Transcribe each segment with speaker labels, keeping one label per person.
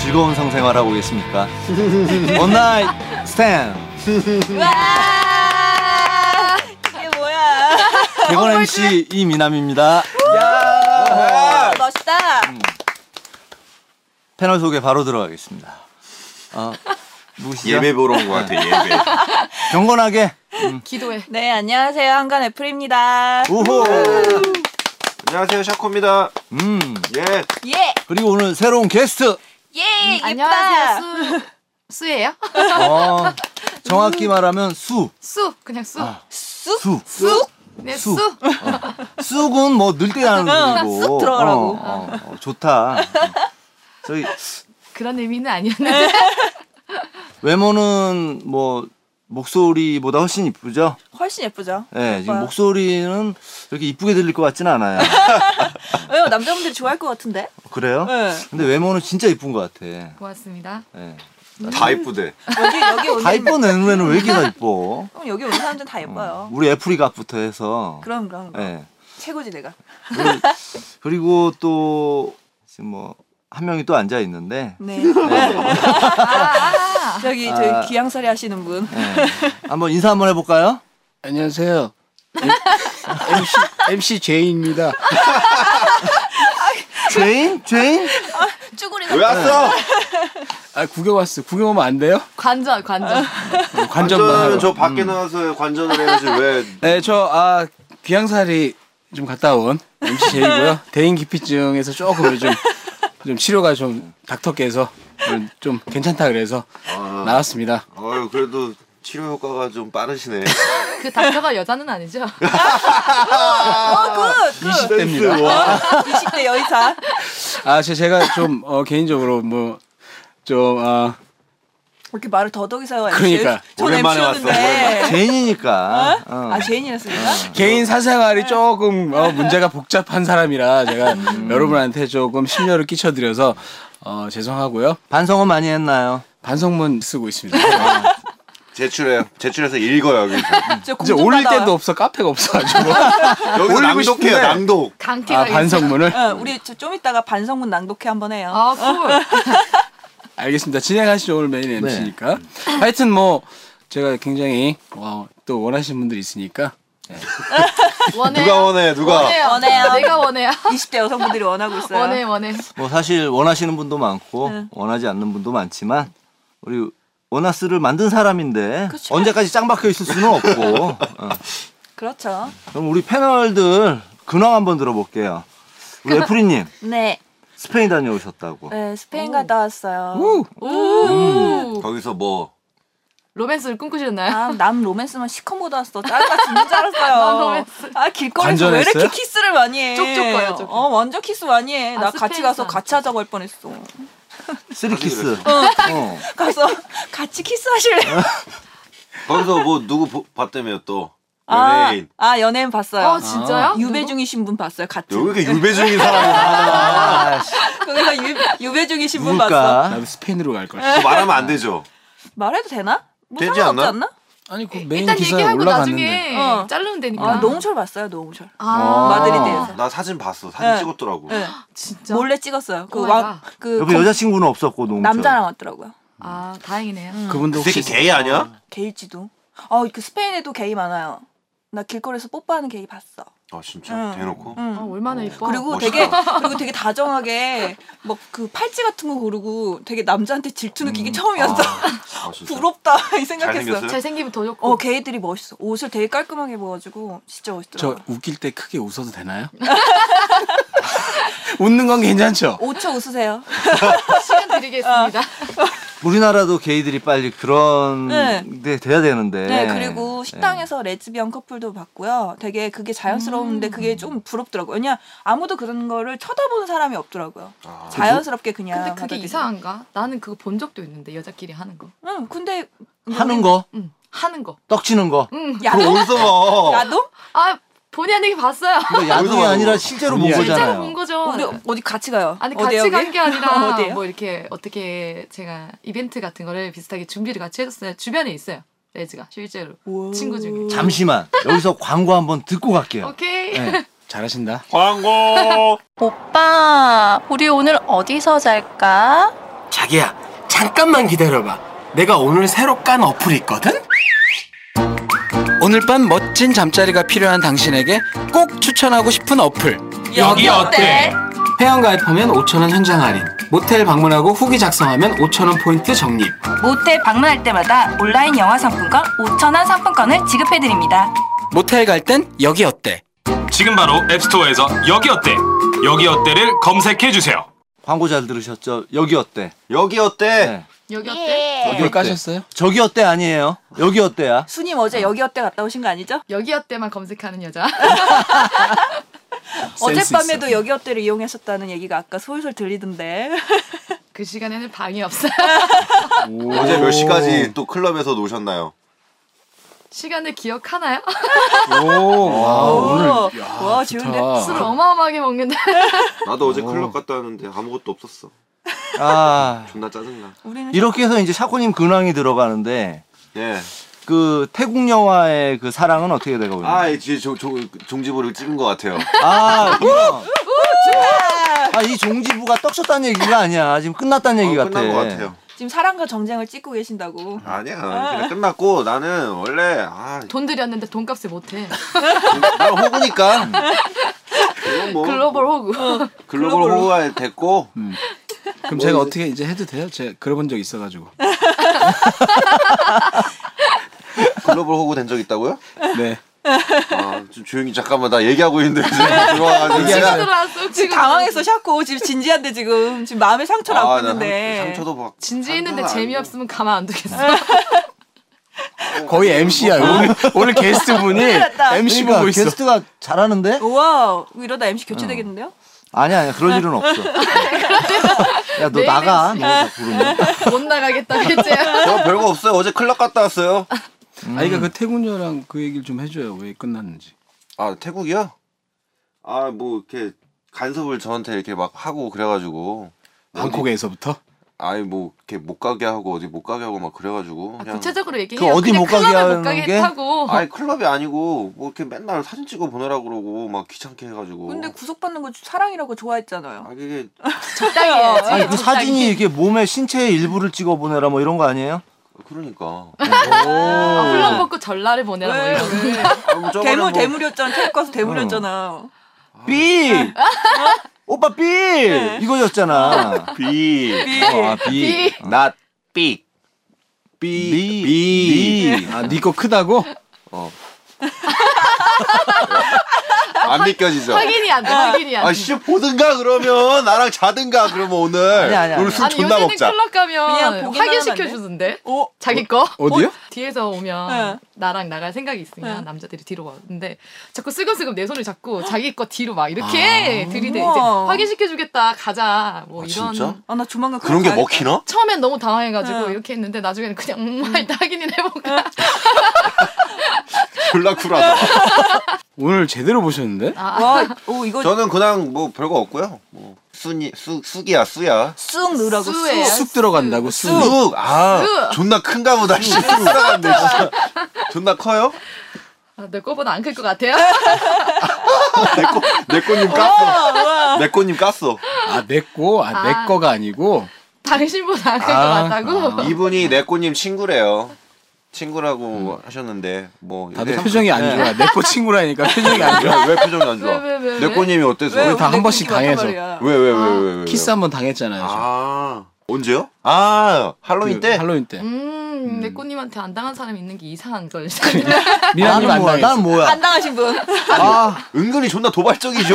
Speaker 1: 즐거운 성생활하고 계십니까? 원나잇 스탠
Speaker 2: 와! 이게 뭐야?
Speaker 1: 대권 MC 이미남입니다.
Speaker 2: 와, 멋있다.
Speaker 1: 패널 소개 바로 들어가겠습니다. 아, 누구시죠?
Speaker 3: 예배 보러 온 것 같아 예배.
Speaker 1: 경건하게.
Speaker 4: 기도해.
Speaker 2: 네, 안녕하세요. 한간 애플입니다.
Speaker 1: 오호.
Speaker 3: 안녕하세요 샤코입니다.
Speaker 1: 음.
Speaker 3: 예.
Speaker 2: 예!
Speaker 1: 그리고 오늘 새로운 게스트.
Speaker 4: 음,
Speaker 2: 예! 예쁘다.
Speaker 4: 안녕하세요. 수 수예요?
Speaker 1: 어, 정확히 말하면 수.
Speaker 4: 수 그냥 수.
Speaker 1: 아,
Speaker 2: 쑥!
Speaker 1: 수.
Speaker 2: 쑥!
Speaker 4: 네
Speaker 1: 수.
Speaker 4: 수.
Speaker 1: 쑥은 뭐 늘 때 나는 소리고.
Speaker 2: 어, 쑥 들어가라고.
Speaker 1: 어, 어, 어, 좋다. 저기
Speaker 4: 그런 의미는
Speaker 2: 네.
Speaker 4: 아니었는데.
Speaker 1: 외모는 뭐 목소리보다 훨씬 이쁘죠?
Speaker 2: 훨씬 예쁘죠?
Speaker 1: 예, 지금
Speaker 2: 오빠.
Speaker 1: 목소리는 이렇게 이쁘게 들릴 것 같지는 않아요.
Speaker 2: 왜요? 어, 남자분들이 좋아할 것 같은데?
Speaker 1: 그래요?
Speaker 2: 네.
Speaker 1: 근데 외모는 진짜 이쁜 것 같아. 예.
Speaker 4: 고맙습니다.
Speaker 2: 음.
Speaker 3: 다 이쁘대.
Speaker 2: 여기, 여기 오는,
Speaker 1: 다 이쁜 애는 왜 이렇게 다 이뻐?
Speaker 2: 그럼 여기 오는 사람들은 다 예뻐요.
Speaker 1: 우리 애프리갑부터 해서.
Speaker 2: 그럼, 그럼. 그럼.
Speaker 1: 예.
Speaker 2: 최고지, 내가.
Speaker 1: 그리고- 그리고 또 지금 뭐 한 명이 또 앉아 있는데
Speaker 2: 네.
Speaker 4: 아,
Speaker 2: 저기,
Speaker 1: 아.
Speaker 2: 저기 귀양살이 하시는 분.
Speaker 1: 예. 한번 인사 한번 해볼까요?
Speaker 5: 안녕하세요. MC, MC 제이입니다.
Speaker 1: 죄인? 죄인?
Speaker 2: 쭈구리가.
Speaker 3: 왜 왔어?
Speaker 5: 아, 구경 왔어. 구경 오면 안 돼요? 뭐
Speaker 4: 관전 관전.
Speaker 2: 아.
Speaker 5: 관전만 하러.
Speaker 3: 관전은 아, 저 밖에 나와서 관전을 해야지 왜?
Speaker 5: 네, 저, 아, 귀양살이 좀 갔다 온 MC 제이고요. 대인 기피증에서 조금 요즘 좀 치료가 좀 닥터께서 좀- 좀 괜찮다 그래서
Speaker 3: 아.
Speaker 5: 나왔습니다.
Speaker 3: 어유 그래도 치료 효과가 좀 빠르시네.
Speaker 4: 그 닥터가 여자는 아니죠?
Speaker 2: 어, 굿! 굿!
Speaker 3: 뭐.
Speaker 5: 20대입니다.
Speaker 2: 20대 여의사.
Speaker 5: 아, 제- 제가 좀, 어, 개인적으로 뭐, 좀, 아,
Speaker 2: 이렇게 말을 더덕이서요, MC.
Speaker 5: 그러니까.
Speaker 2: 전
Speaker 3: 오랜만에
Speaker 2: MC였는데.
Speaker 1: 죄인이니까. 어?
Speaker 2: 아, 죄인이었습니까?
Speaker 6: 음.
Speaker 5: 개인 사생활이 조금 어, 문제가 복잡한 사람이라 제가
Speaker 3: 음.
Speaker 5: 여러분한테 조금 심려를 끼쳐드려서 어, 죄송하고요.
Speaker 1: 반성은 많이 했나요?
Speaker 5: 반성문 쓰고 있습니다. 아,
Speaker 3: 제출해요. 제출해서 읽어요 여기서.
Speaker 2: 진짜
Speaker 5: 이제
Speaker 2: 공좀
Speaker 5: 올릴
Speaker 2: 받아요.
Speaker 5: 데도 없어 카페가 없어가지고
Speaker 3: 여기서 낭독해요
Speaker 5: 싶은데.
Speaker 3: 낭독.
Speaker 4: 강퇴가.
Speaker 5: 아, 반성문을
Speaker 2: 응, 어, 우리 저- 좀 이따가 반성문 낭독회 한번 해요.
Speaker 4: 아 쿨.
Speaker 5: 알겠습니다. 진행하시죠 오늘
Speaker 7: 네.
Speaker 5: 메인 MC니까. 하여튼 뭐 제가 굉장히 어, 또 원하시는 분들이 있으니까
Speaker 4: 원해.
Speaker 3: 누가 원해 누가?
Speaker 4: 원해요.
Speaker 2: 네. 원해요.
Speaker 4: 내가 원해요.
Speaker 2: 20대 여성분들이 원하고 있어요.
Speaker 4: 아. 원해 원해.
Speaker 1: 뭐 사실 원하시는 분도 많고
Speaker 2: 응.
Speaker 1: 원하지 않는 분도 많지만 우리 원하스를 만든 사람인데
Speaker 2: 그쵸.
Speaker 1: 언제까지 짱 박혀 있을 수는 없고 어.
Speaker 2: 그렇죠.
Speaker 1: 그럼 우리 패널들 근황 한번 들어볼게요. 우리 애프리님
Speaker 2: 네.
Speaker 1: 스페인 다녀오셨다고.
Speaker 2: 네, 스페인 갔다 왔어요.
Speaker 4: 오.
Speaker 3: 거기서 뭐?
Speaker 4: 로맨스를 꿈꾸셨나요?
Speaker 2: 아, 남 로맨스만 시커모다 왔어. 짧아 죽는 줄
Speaker 4: 남
Speaker 2: 알았어요.
Speaker 4: 로맨스.
Speaker 2: 아, 길거리에서 왜 이렇게
Speaker 5: 관전했어요?
Speaker 2: 키스를 많이 해?
Speaker 4: 쪽쪽거려, 쪽쪽.
Speaker 2: 어, 완전 키스 많이 해.
Speaker 4: 아,
Speaker 2: 나 같이
Speaker 4: 스페인
Speaker 2: 가서
Speaker 4: 사람.
Speaker 2: 같이 하자고 할 뻔했어.
Speaker 1: 쓰리키스. 어.
Speaker 2: 가서 같이 키스하실래?
Speaker 3: 거기서 뭐 누구 보, 봤다며 또
Speaker 2: 아,
Speaker 3: 연예인.
Speaker 2: 아, 연예인 봤어요.
Speaker 4: 어 진짜요?
Speaker 2: 유배
Speaker 4: 누구?
Speaker 2: 중이신 분 봤어요. 같이.
Speaker 3: 여기 이렇게 유배 중인 사람이
Speaker 2: 거기서 유, 유배 중이신 분 봤어.
Speaker 1: 누굴까?
Speaker 5: 나도 스페인으로 갈 걸.
Speaker 3: 말하면 안 되죠.
Speaker 2: 말해도 되나? 뭐
Speaker 3: 되지
Speaker 2: 상관없지
Speaker 3: 않나?
Speaker 2: 않나?
Speaker 5: 아니 그 메인
Speaker 4: 일단
Speaker 5: 기사에
Speaker 4: 얘기하고
Speaker 5: 올라갔는데.
Speaker 4: 나중에
Speaker 2: 어.
Speaker 4: 자르면 되니까.
Speaker 2: 아, 노홍철 봤어요. 노홍철.
Speaker 4: 아.
Speaker 2: 마드리드에서.
Speaker 3: 나 사진 봤어. 사진
Speaker 2: 네.
Speaker 3: 찍었더라고.
Speaker 2: 네.
Speaker 4: 진짜.
Speaker 2: 몰래 찍었어요.
Speaker 4: 오
Speaker 2: 그
Speaker 4: 마이
Speaker 2: 왕,
Speaker 4: 갓.
Speaker 2: 그
Speaker 1: 옆에
Speaker 2: 검-
Speaker 1: 여자친구는 없었고 농
Speaker 2: 남자랑 왔더라고요.
Speaker 4: 아 다행이네요.
Speaker 2: 음.
Speaker 5: 그분도
Speaker 3: 그 새끼
Speaker 5: 혹시
Speaker 3: 게이 아니야?
Speaker 2: 게이지도. 아, 그 스페인에도 게이 많아요. 나 길거리에서 뽀뽀하는 게이 봤어.
Speaker 3: 아 진짜
Speaker 2: 응.
Speaker 3: 대놓고.
Speaker 2: 응.
Speaker 4: 아, 얼마나 이뻐.
Speaker 2: 그리고
Speaker 3: 어, 멋있다.
Speaker 2: 되게 그리고 되게 다정하게 막 그 팔찌 같은 거 고르고 되게 남자한테 질투 느끼기 처음이었어.
Speaker 3: 아, 아, 진짜.
Speaker 2: 부럽다 이 생각했어.
Speaker 3: 잘생겼어요?
Speaker 4: 잘생기면 더 좋고.
Speaker 2: 어, 게이들이 멋있어. 옷을 되게 깔끔하게 입어가지고 진짜
Speaker 5: 저
Speaker 2: 멋있더라고.
Speaker 5: 웃길 때 크게 웃어도 되나요? 웃는 건 괜찮죠.
Speaker 2: 5초 웃으세요. 어.
Speaker 4: 시간 드리겠습니다.
Speaker 1: 우리나라도 게이들이 빨리 그런
Speaker 2: 네.
Speaker 1: 게 돼야 되는데.
Speaker 2: 네, 그리고 식당에서
Speaker 8: 네.
Speaker 2: 레즈비언 커플도 봤고요. 되게 그게 자연스러운데
Speaker 8: 음.
Speaker 2: 그게 좀 부럽더라고요. 왜냐 아무도 그런 거를 쳐다보는 사람이 없더라고요.
Speaker 8: 아.
Speaker 2: 자연스럽게 그냥.
Speaker 4: 근데 그게
Speaker 2: 받아들이고.
Speaker 4: 이상한가? 나는 그거 본 적도 있는데 여자끼리 하는 거.
Speaker 2: 응, 근데
Speaker 1: 하는 거,
Speaker 4: 응. 하는 거.
Speaker 1: 떡 치는 거.
Speaker 2: 음.
Speaker 4: 응.
Speaker 2: 야동?
Speaker 3: 어디서?
Speaker 2: 야동?
Speaker 4: 아 본의 아니게 봤어요.
Speaker 1: 그거 야동이
Speaker 3: 어디서
Speaker 1: 아니라
Speaker 3: 하는
Speaker 1: 실제로 본
Speaker 5: 거야?
Speaker 4: 실제로
Speaker 1: 거잖아요.
Speaker 4: 본 거죠.
Speaker 2: 우리 어디 같이 가요?
Speaker 4: 아니
Speaker 2: 어디요,
Speaker 4: 같이
Speaker 2: 여기?
Speaker 4: 간 게 아니라
Speaker 2: 어디요?
Speaker 4: 뭐 이렇게 어떻게 제가 이벤트 같은 거를 비슷하게 준비를 같이 해줬어요. 주변에 있어요. 레즈가 실제로 친구 중에.
Speaker 1: 잠시만 여기서 광고 한번 듣고 갈게요.
Speaker 4: 오케이.
Speaker 1: 네.
Speaker 5: 잘하신다.
Speaker 3: 광고.
Speaker 8: 오빠, 우리 오늘 어디서 잘까?
Speaker 7: 자기야, 잠깐만 기다려봐. 내가 오늘 새로 깐 어플이 있거든?
Speaker 6: 오늘 밤 멋진 잠자리가 필요한 당신에게 꼭 추천하고 싶은 어플.
Speaker 7: 여기 어때? 회원 가입하면 5,000원 현장 할인. 모텔 방문하고 후기 작성하면 5,000원 포인트 적립.
Speaker 8: 모텔 방문할 때마다 온라인 영화 상품권 5천원 상품권을 지급해드립니다.
Speaker 6: 모텔 갈 땐 여기 어때?
Speaker 9: 지금 바로 앱스토어에서 여기 어때 여기 어때를 검색해 주세요.
Speaker 1: 광고 잘 들으셨죠? 여기 어때?
Speaker 3: 여기 어때?
Speaker 1: 네.
Speaker 4: 여기 어때?
Speaker 2: 예.
Speaker 1: 여기
Speaker 5: 이걸
Speaker 1: 어때?
Speaker 5: 까셨어요?
Speaker 1: 저기 어때 아니에요? 여기 어때야?
Speaker 2: 수님 어제 여기 어때 갔다 오신 거 아니죠?
Speaker 4: 여기 어때만 검색하는 여자.
Speaker 2: 어젯밤에도 여기 어때를 이용했었다는 얘기가 아까 솔솔 들리던데.
Speaker 4: 그 시간에는 방이 없어요.
Speaker 3: 어제 몇 시까지 또 클럽에서 노셨나요?
Speaker 4: 시간을 기억하나요?
Speaker 5: 오,
Speaker 8: 아,
Speaker 5: 와, 오늘
Speaker 2: 와 좋은데.
Speaker 1: 아.
Speaker 4: 술을 어마어마하게 먹는데.
Speaker 3: 나도 어제 클럽 갔다 왔는데 아무것도 없었어.
Speaker 1: 아
Speaker 3: 존나 짜증나.
Speaker 2: 우리는
Speaker 1: 이렇게 해서 이제 샤코님 근황이 들어가는데
Speaker 3: 예.
Speaker 1: 그 태국 영화의 그 사랑은 어떻게 되고 있나요?
Speaker 3: 아, 이제 종- 종- 종지부를 찍은 것 같아요.
Speaker 1: 아, 아, 이 종지부가 떡쳤다는 얘기가 아니야. 지금 끝났다는 얘기
Speaker 3: 어,
Speaker 1: 같아.
Speaker 3: 끝난 것 같아요.
Speaker 2: 지금 사랑과 정쟁을 찍고 계신다고.
Speaker 3: 아니야, 그냥 끝났고 나는 원래 아,
Speaker 4: 돈 들였는데 돈값을 못해.
Speaker 3: 나 호구니까.
Speaker 1: 네.
Speaker 3: 이건
Speaker 1: 어.
Speaker 3: 뭐
Speaker 4: 글로벌 호구.
Speaker 3: 글로벌 호구가 됐고
Speaker 5: 그럼 제가 어떻게 이제 해도 돼요? 제가 그려본 적 있어가지고.
Speaker 3: 글로벌 호구 된 적 있다고요?
Speaker 5: 네.
Speaker 3: 아, 좀 조용히 잠깐만 나 얘기하고 있는데 지금 들어와가지고
Speaker 4: 지금
Speaker 3: 내가-
Speaker 4: 들어왔어.
Speaker 2: 지금
Speaker 4: 지금
Speaker 2: 당황했어 샤코 지금 진지한데 지금 지금 마음의 상처를
Speaker 3: 아,
Speaker 2: 안고
Speaker 3: 나
Speaker 2: 있는데.
Speaker 3: 상- 상처도 막
Speaker 4: 진지했는데
Speaker 3: 상처도
Speaker 4: 재미없으면 가만 안 두겠어.
Speaker 5: 거의 MC야. 오늘, 오늘 게스트분이
Speaker 2: 네. 났다.
Speaker 5: MC
Speaker 1: 그러니까
Speaker 5: 보고 있어.
Speaker 1: 게스트가 잘하는데?
Speaker 2: 우와 이러다 MC 교체되겠는데요?
Speaker 1: 아니야, 아니야. 그럴 일은 없어. 야, 너 나가. 너 부르면.
Speaker 4: 못 나가겠다, 그제야.
Speaker 3: 저 별거 없어요. 어제 클럽 갔다 왔어요.
Speaker 5: 아니, 그러니까 그 태군녀랑 그 얘기를 좀 해줘요. 왜 끝났는지.
Speaker 3: 아 태국이요? 아 뭐 이렇게 간섭을 저한테 이렇게 막 하고 그래가지고
Speaker 5: 방콕에서부터.
Speaker 3: 아니 뭐 이렇게 못 가게 하고 어디 못 가게 하고 막 그래가지고
Speaker 4: 아,
Speaker 3: 그냥
Speaker 4: 구체적으로 뭐 얘기해요.
Speaker 1: 그 어디
Speaker 4: 그냥
Speaker 1: 못 가게
Speaker 4: 클럽에
Speaker 1: 하는
Speaker 4: 못 가게
Speaker 1: 게?
Speaker 4: 했다고.
Speaker 3: 아니 클럽이 아니고 뭐 이렇게 맨날 사진 찍어 보내라 그러고 막 귀찮게 해가지고
Speaker 2: 근데 구속받는 거 사랑이라고 좋아했잖아요.
Speaker 3: 어. 아 그게
Speaker 4: 적당히 해야지.
Speaker 1: 아니, 그
Speaker 4: 적당히.
Speaker 1: 사진이 이렇게 몸의 신체의 일부를 찍어 보내라 뭐 이런 거 아니에요?
Speaker 3: 그러니까
Speaker 4: 아,
Speaker 1: 어.
Speaker 4: 훌렁 벗고 전라를 보내라 뭐
Speaker 2: 왜?
Speaker 4: 이런.
Speaker 2: 왜?
Speaker 3: 아, 뭐 저번에
Speaker 2: 대물
Speaker 3: 뭐-
Speaker 2: 대물이었잖아. 태국 가서 대물이었잖아.
Speaker 1: 삐! 어? 오빠 삐!
Speaker 4: 네.
Speaker 1: 이거였잖아.
Speaker 3: 비
Speaker 1: 어, 아, 삐.
Speaker 3: not big.
Speaker 1: 미. 미.
Speaker 5: 아, 니 거 크다고?
Speaker 3: 어. 안
Speaker 2: 네.
Speaker 3: 믿겨지죠?
Speaker 4: 확인이 안 돼, 확인이 안 돼.
Speaker 3: 아씨 보든가 그러면 나랑 자든가 그러면 오늘
Speaker 1: 아니, 아니, 아니.
Speaker 3: 오늘 술
Speaker 4: 아니
Speaker 3: 존나
Speaker 4: 요새는
Speaker 3: 먹자.
Speaker 4: 클럽
Speaker 2: 그냥
Speaker 4: 가면
Speaker 2: 보기만 하면
Speaker 4: 확인시켜
Speaker 2: 안 돼?
Speaker 4: 주던데
Speaker 2: 어?
Speaker 4: 자기 거
Speaker 5: 어디요?
Speaker 4: 뒤에서 오면
Speaker 2: 네.
Speaker 4: 나랑 나갈 생각이 있으면
Speaker 2: 네.
Speaker 4: 남자들이 뒤로 가는데 자꾸 슬금슬금 내 손을 잡고 자기 거 뒤로 막 이렇게 들이대 이제
Speaker 2: 우와.
Speaker 4: 확인시켜 주겠다 가자 뭐
Speaker 3: 아,
Speaker 4: 이런
Speaker 3: 진짜?
Speaker 2: 아 나 조만간
Speaker 3: 그런 게
Speaker 2: 가야겠다.
Speaker 3: 먹히나?
Speaker 4: 처음엔 너무 당황해가지고
Speaker 2: 네.
Speaker 4: 이렇게 했는데 나중에는 그냥 음, 일단 확인을 해볼까
Speaker 3: 졸라 쿨하다.
Speaker 5: 오늘 제대로 보셨는데?
Speaker 2: 와, 오 아, 어, 이거
Speaker 3: 저는 그냥 뭐 별거 없고요. 뭐 순이 수 쑥이야 수야.
Speaker 2: 쑥 넣으라고
Speaker 4: 수에.
Speaker 2: 쑥.
Speaker 5: 쑥 들어간다고, 쑥.
Speaker 3: 쑥! 아
Speaker 4: 쑥!
Speaker 3: 존나 큰가 보다. 씨. 쑥 나갔네, 진짜. 존나 커요?
Speaker 4: 아, 내 거보다 안 클 것 같아요
Speaker 2: 네.
Speaker 3: 내 꽃님 깠어. 내 꽃님 깠어.
Speaker 5: 아, 내 거? 아, 내
Speaker 4: 아.
Speaker 5: 거가 아니고.
Speaker 4: 당신보다 안 클 것
Speaker 5: 아,
Speaker 4: 같다고
Speaker 3: 이분이 내 꽃님 친구래요. 친구라고 하셨는데 뭐
Speaker 5: 다들
Speaker 3: 근데-
Speaker 5: 표정이 안
Speaker 3: 네.
Speaker 5: 좋아. 내 거 친구라니까 표정이 안 좋아.
Speaker 3: 왜, 왜 표정이 안 좋아?
Speaker 4: 왜, 왜, 왜,
Speaker 3: 내
Speaker 4: 왜?
Speaker 3: 꽃님이 어때서?
Speaker 2: 왜
Speaker 3: 왜
Speaker 5: 우리 다한
Speaker 2: 내
Speaker 5: 번씩
Speaker 2: 공기 맡아 버려요?
Speaker 5: 당해서.
Speaker 3: 왜 왜 왜 왜? 왜, 왜?
Speaker 7: 아,
Speaker 5: 키스 한 번 당했잖아요. 저.
Speaker 3: 아 언제요? 아 할로윈
Speaker 5: 그
Speaker 3: 때.
Speaker 5: 할로윈 때.
Speaker 4: 음 음, 내 꽃님한테 안 당한 사람이 있는 게 이상한 걸.
Speaker 5: 미안님
Speaker 1: 나는
Speaker 3: 아,
Speaker 5: 안
Speaker 1: 뭐야?
Speaker 5: 당했어.
Speaker 1: 나는 뭐야?
Speaker 2: 안 당하신 분.
Speaker 1: 아,
Speaker 3: 은근히 존나 도발적이죠,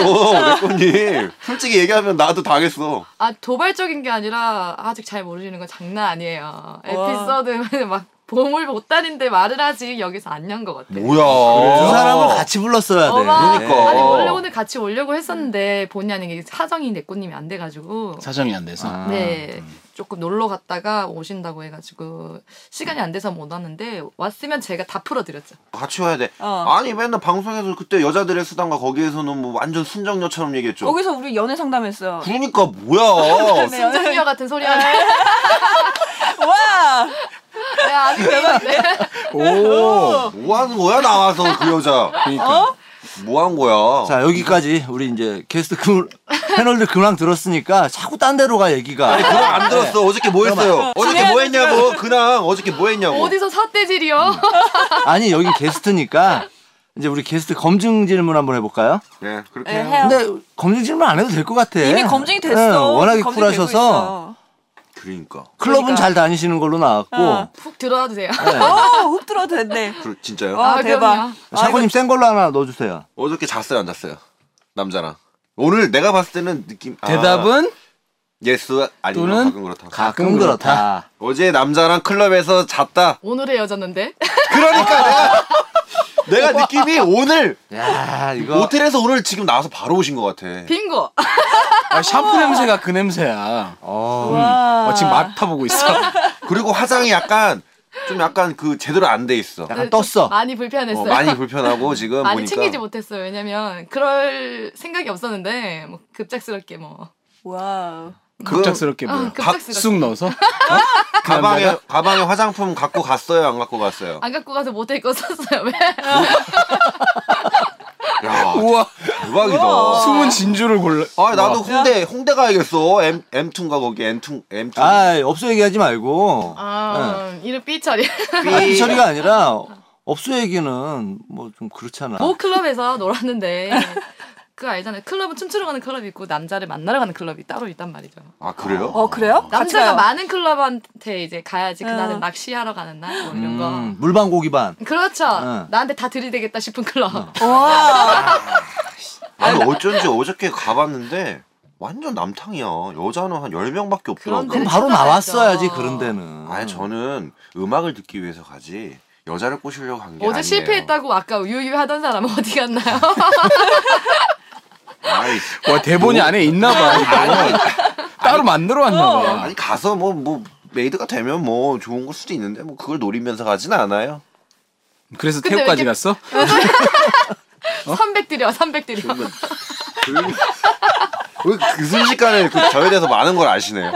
Speaker 3: 백꽃님. 솔직히 얘기하면 나도 당했어.
Speaker 4: 아 도발적인 게 아니라 아직 잘 모르시는 건 장난 아니에요. 에피소드는 막 봄을 못 다닌데 말을 하지 여기서 안 연 거 같아.
Speaker 3: 뭐야.
Speaker 1: 두 사람을 같이 불렀어야 돼.
Speaker 4: 어마.
Speaker 3: 어. 그러니까.
Speaker 4: 아니 원래 오늘 같이 오려고 했었는데 본의 아니게 사정이 내 꽃님이 안 돼가지고
Speaker 5: 사정이 안 돼서.
Speaker 1: 아,
Speaker 4: 네
Speaker 3: 음.
Speaker 4: 조금 놀러 갔다가 오신다고 해가지고 시간이 안 돼서 못 왔는데 왔으면 제가 다 풀어드렸죠.
Speaker 3: 같이 와야 돼.
Speaker 2: 어.
Speaker 3: 아니 맨날 방송에서 그때 여자들의 수단과 거기에서는 뭐 완전 순정녀처럼 얘기했죠.
Speaker 2: 거기서 우리 연애 상담했어.
Speaker 3: 그러니까 뭐야.
Speaker 2: 네, 연애-
Speaker 4: 순정녀 같은 소리 하네.
Speaker 2: 와!
Speaker 4: 야, 아직 대박이네.
Speaker 5: 오.
Speaker 3: 뭐 하는 거야 나와서 그 여자.
Speaker 5: 그러니까.
Speaker 3: 뭐 한 거야.
Speaker 1: 어. 자 여기까지 우리 이제 게스트 금 패널들 근황 들었으니까 자꾸 딴 데로 가 얘기가.
Speaker 3: 아니 그럼 안 들었어.
Speaker 5: 네.
Speaker 3: 어저께 뭐 했어요? 어저께 뭐 했냐고. 그냥 어저께 뭐 했냐고.
Speaker 4: 어디서 사대질이요?
Speaker 3: 음.
Speaker 1: 아니 여기 게스트니까 이제 우리 게스트 검증 질문 한번 해볼까요?
Speaker 3: 네 그렇게
Speaker 2: 네,
Speaker 3: 해요.
Speaker 2: 해요.
Speaker 1: 근데 검증 질문 안 해도 될 것 같아.
Speaker 2: 이미 검증이 됐어.
Speaker 1: 응, 네, 워낙에
Speaker 2: 검증되고
Speaker 1: 쿨하셔서
Speaker 2: 있어.
Speaker 3: 그러니까.
Speaker 1: 클럽은
Speaker 2: 그러니까.
Speaker 1: 잘 다니시는 걸로 나왔고 네.
Speaker 2: 어.
Speaker 4: 푹 들어와도 돼요.
Speaker 2: 어, 훅 들어도 됐네.
Speaker 3: 그, 진짜요?
Speaker 2: 와,
Speaker 4: 아,
Speaker 2: 대박.
Speaker 4: 그럼요.
Speaker 2: 아,
Speaker 1: 샤코님 센 걸로 하나 넣어주세요.
Speaker 3: 어저께 잤어요 안 잤어요? 남자랑. 오늘 내가 봤을 때는 느낌. 아,
Speaker 5: 대답은
Speaker 3: 예스 아니면
Speaker 5: 또는
Speaker 3: 가끔 그렇다.
Speaker 1: 가끔 그렇다.
Speaker 3: 어제 남자랑 클럽에서 잤다.
Speaker 4: 오늘의 여자인데?
Speaker 3: 그러니까 내가 내가 느낌이 오늘
Speaker 1: 야 이거
Speaker 3: 모텔에서 오늘 지금 나와서 바로 오신 것 같아.
Speaker 4: 빙고!
Speaker 5: 아, 샴푸 냄새가 그 냄새야.
Speaker 1: 어,
Speaker 2: 와.
Speaker 5: 어, 지금 맡아보고 있어.
Speaker 3: 그리고 화장이 약간 좀 약간 그 제대로 안 돼 있어.
Speaker 1: 약간 떴어.
Speaker 4: 아, 많이
Speaker 3: 어,
Speaker 4: 불편했어요.
Speaker 3: 많이 불편하고 지금
Speaker 4: 많이
Speaker 3: 보니까
Speaker 4: 챙기지 못했어요. 왜냐면 그럴 생각이 없었는데 뭐 급작스럽게 뭐.
Speaker 2: 와우.
Speaker 5: 급작스럽게
Speaker 4: 아,
Speaker 5: 뭐.
Speaker 4: 급작스럽게.
Speaker 5: 쑥 넣어서.
Speaker 3: 가방에
Speaker 5: 남자가?
Speaker 3: 가방에 화장품 갖고 갔어요, 안 갖고 갔어요.
Speaker 4: 안 갖고 가서 모텔 거 썼어요. 왜?
Speaker 3: 야,
Speaker 5: 우와.
Speaker 3: 대박이다.
Speaker 2: 우와.
Speaker 5: 숨은 진주를 골라.
Speaker 3: 아, 나도 홍대 홍대 가야겠어. M M2인가 거기 M2 M2.
Speaker 1: 아 업소 얘기하지 말고 네.
Speaker 4: 아, 이름 삐처리.
Speaker 1: 이 처리가 아니라 업소 얘기는 뭐 좀 그렇잖아.
Speaker 4: 모 클럽에서 놀았는데 그거 알잖아요. 클럽은 춤추러 가는 클럽이 있고 남자를 만나러 가는 클럽이 따로 있단 말이죠.
Speaker 3: 아 그래요?
Speaker 2: 어, 그래요? 같이
Speaker 4: 남자가
Speaker 2: 가요.
Speaker 4: 많은 클럽한테 이제 가야지 그날은
Speaker 2: 어.
Speaker 4: 낚시하러 가는 날 뭐 이런 거.
Speaker 1: 음, 물방 고기반.
Speaker 4: 그렇죠.
Speaker 1: 어.
Speaker 4: 나한테 다 들이대겠다 싶은 클럽.
Speaker 2: 와.
Speaker 3: 아니 어쩐지 어저께 가봤는데 완전 남탕이야. 여자는 한 10명밖에 없더라고.
Speaker 4: 그런데-
Speaker 1: 그럼 바로
Speaker 4: 찾아야죠.
Speaker 1: 나왔어야지 그런 데는.
Speaker 4: 음.
Speaker 3: 아니 저는 음악을 듣기 위해서 가지 여자를 꼬시려고 간 게 아니에요.
Speaker 4: 어제 실패했다고 아까 유유하던 사람 어디 갔나요?
Speaker 3: 아이,
Speaker 5: 와 대본이 안에 있나 봐. 이거. 따로 만들어 왔나 봐.
Speaker 3: 아니 가서 뭐 뭐 메이드가 되면 뭐 좋은 걸 수도 있는데 뭐 그걸 노리면서 가진 않아요.
Speaker 5: 그래서
Speaker 4: 근데 왜
Speaker 5: 태국까지
Speaker 4: 이렇게-
Speaker 5: 갔어?
Speaker 4: 300 드려, 300 드려.
Speaker 3: 왜그 순식간에 그 저에 대해서 많은 걸 아시네요.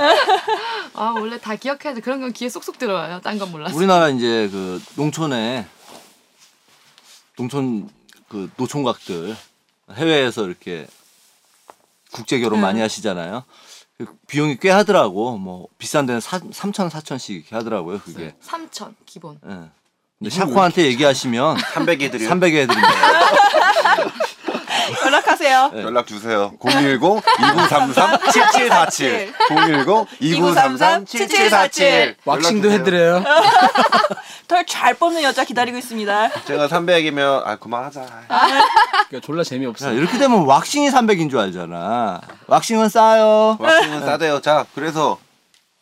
Speaker 4: 아 원래 다 기억해야 돼. 그런 건 귀에 쏙쏙 들어와요. 딴 건 몰라서.
Speaker 1: 우리나라 이제 그 농촌에 농촌 그 노총각들 해외에서 이렇게 국제 결혼
Speaker 4: 네.
Speaker 1: 많이 하시잖아요. 그 비용이 꽤 하더라고. 뭐 비싼 데는 사, 3천 4천씩 이렇게 하더라고요. 그게.
Speaker 4: 3천 기본.
Speaker 1: 예. 근데 샤코한테 얘기하시면
Speaker 3: 300이 드려.
Speaker 1: 300에 해드립니다.
Speaker 2: 연락하세요.
Speaker 3: 네.
Speaker 5: 네.
Speaker 3: 연락 주세요. 010 2933 7747. 010 2933 7747.
Speaker 5: 왁싱도 해드려요.
Speaker 2: 털 잘 뽑는 여자 기다리고 있습니다.
Speaker 3: 제가 300이면 아 그만하자.
Speaker 5: 그러니까 졸라 재미없어.
Speaker 1: 자, 이렇게 되면 왁싱이 300인 줄 알잖아. 왁싱은 싸요.
Speaker 3: 왁싱은 싸대요. 자, 그래서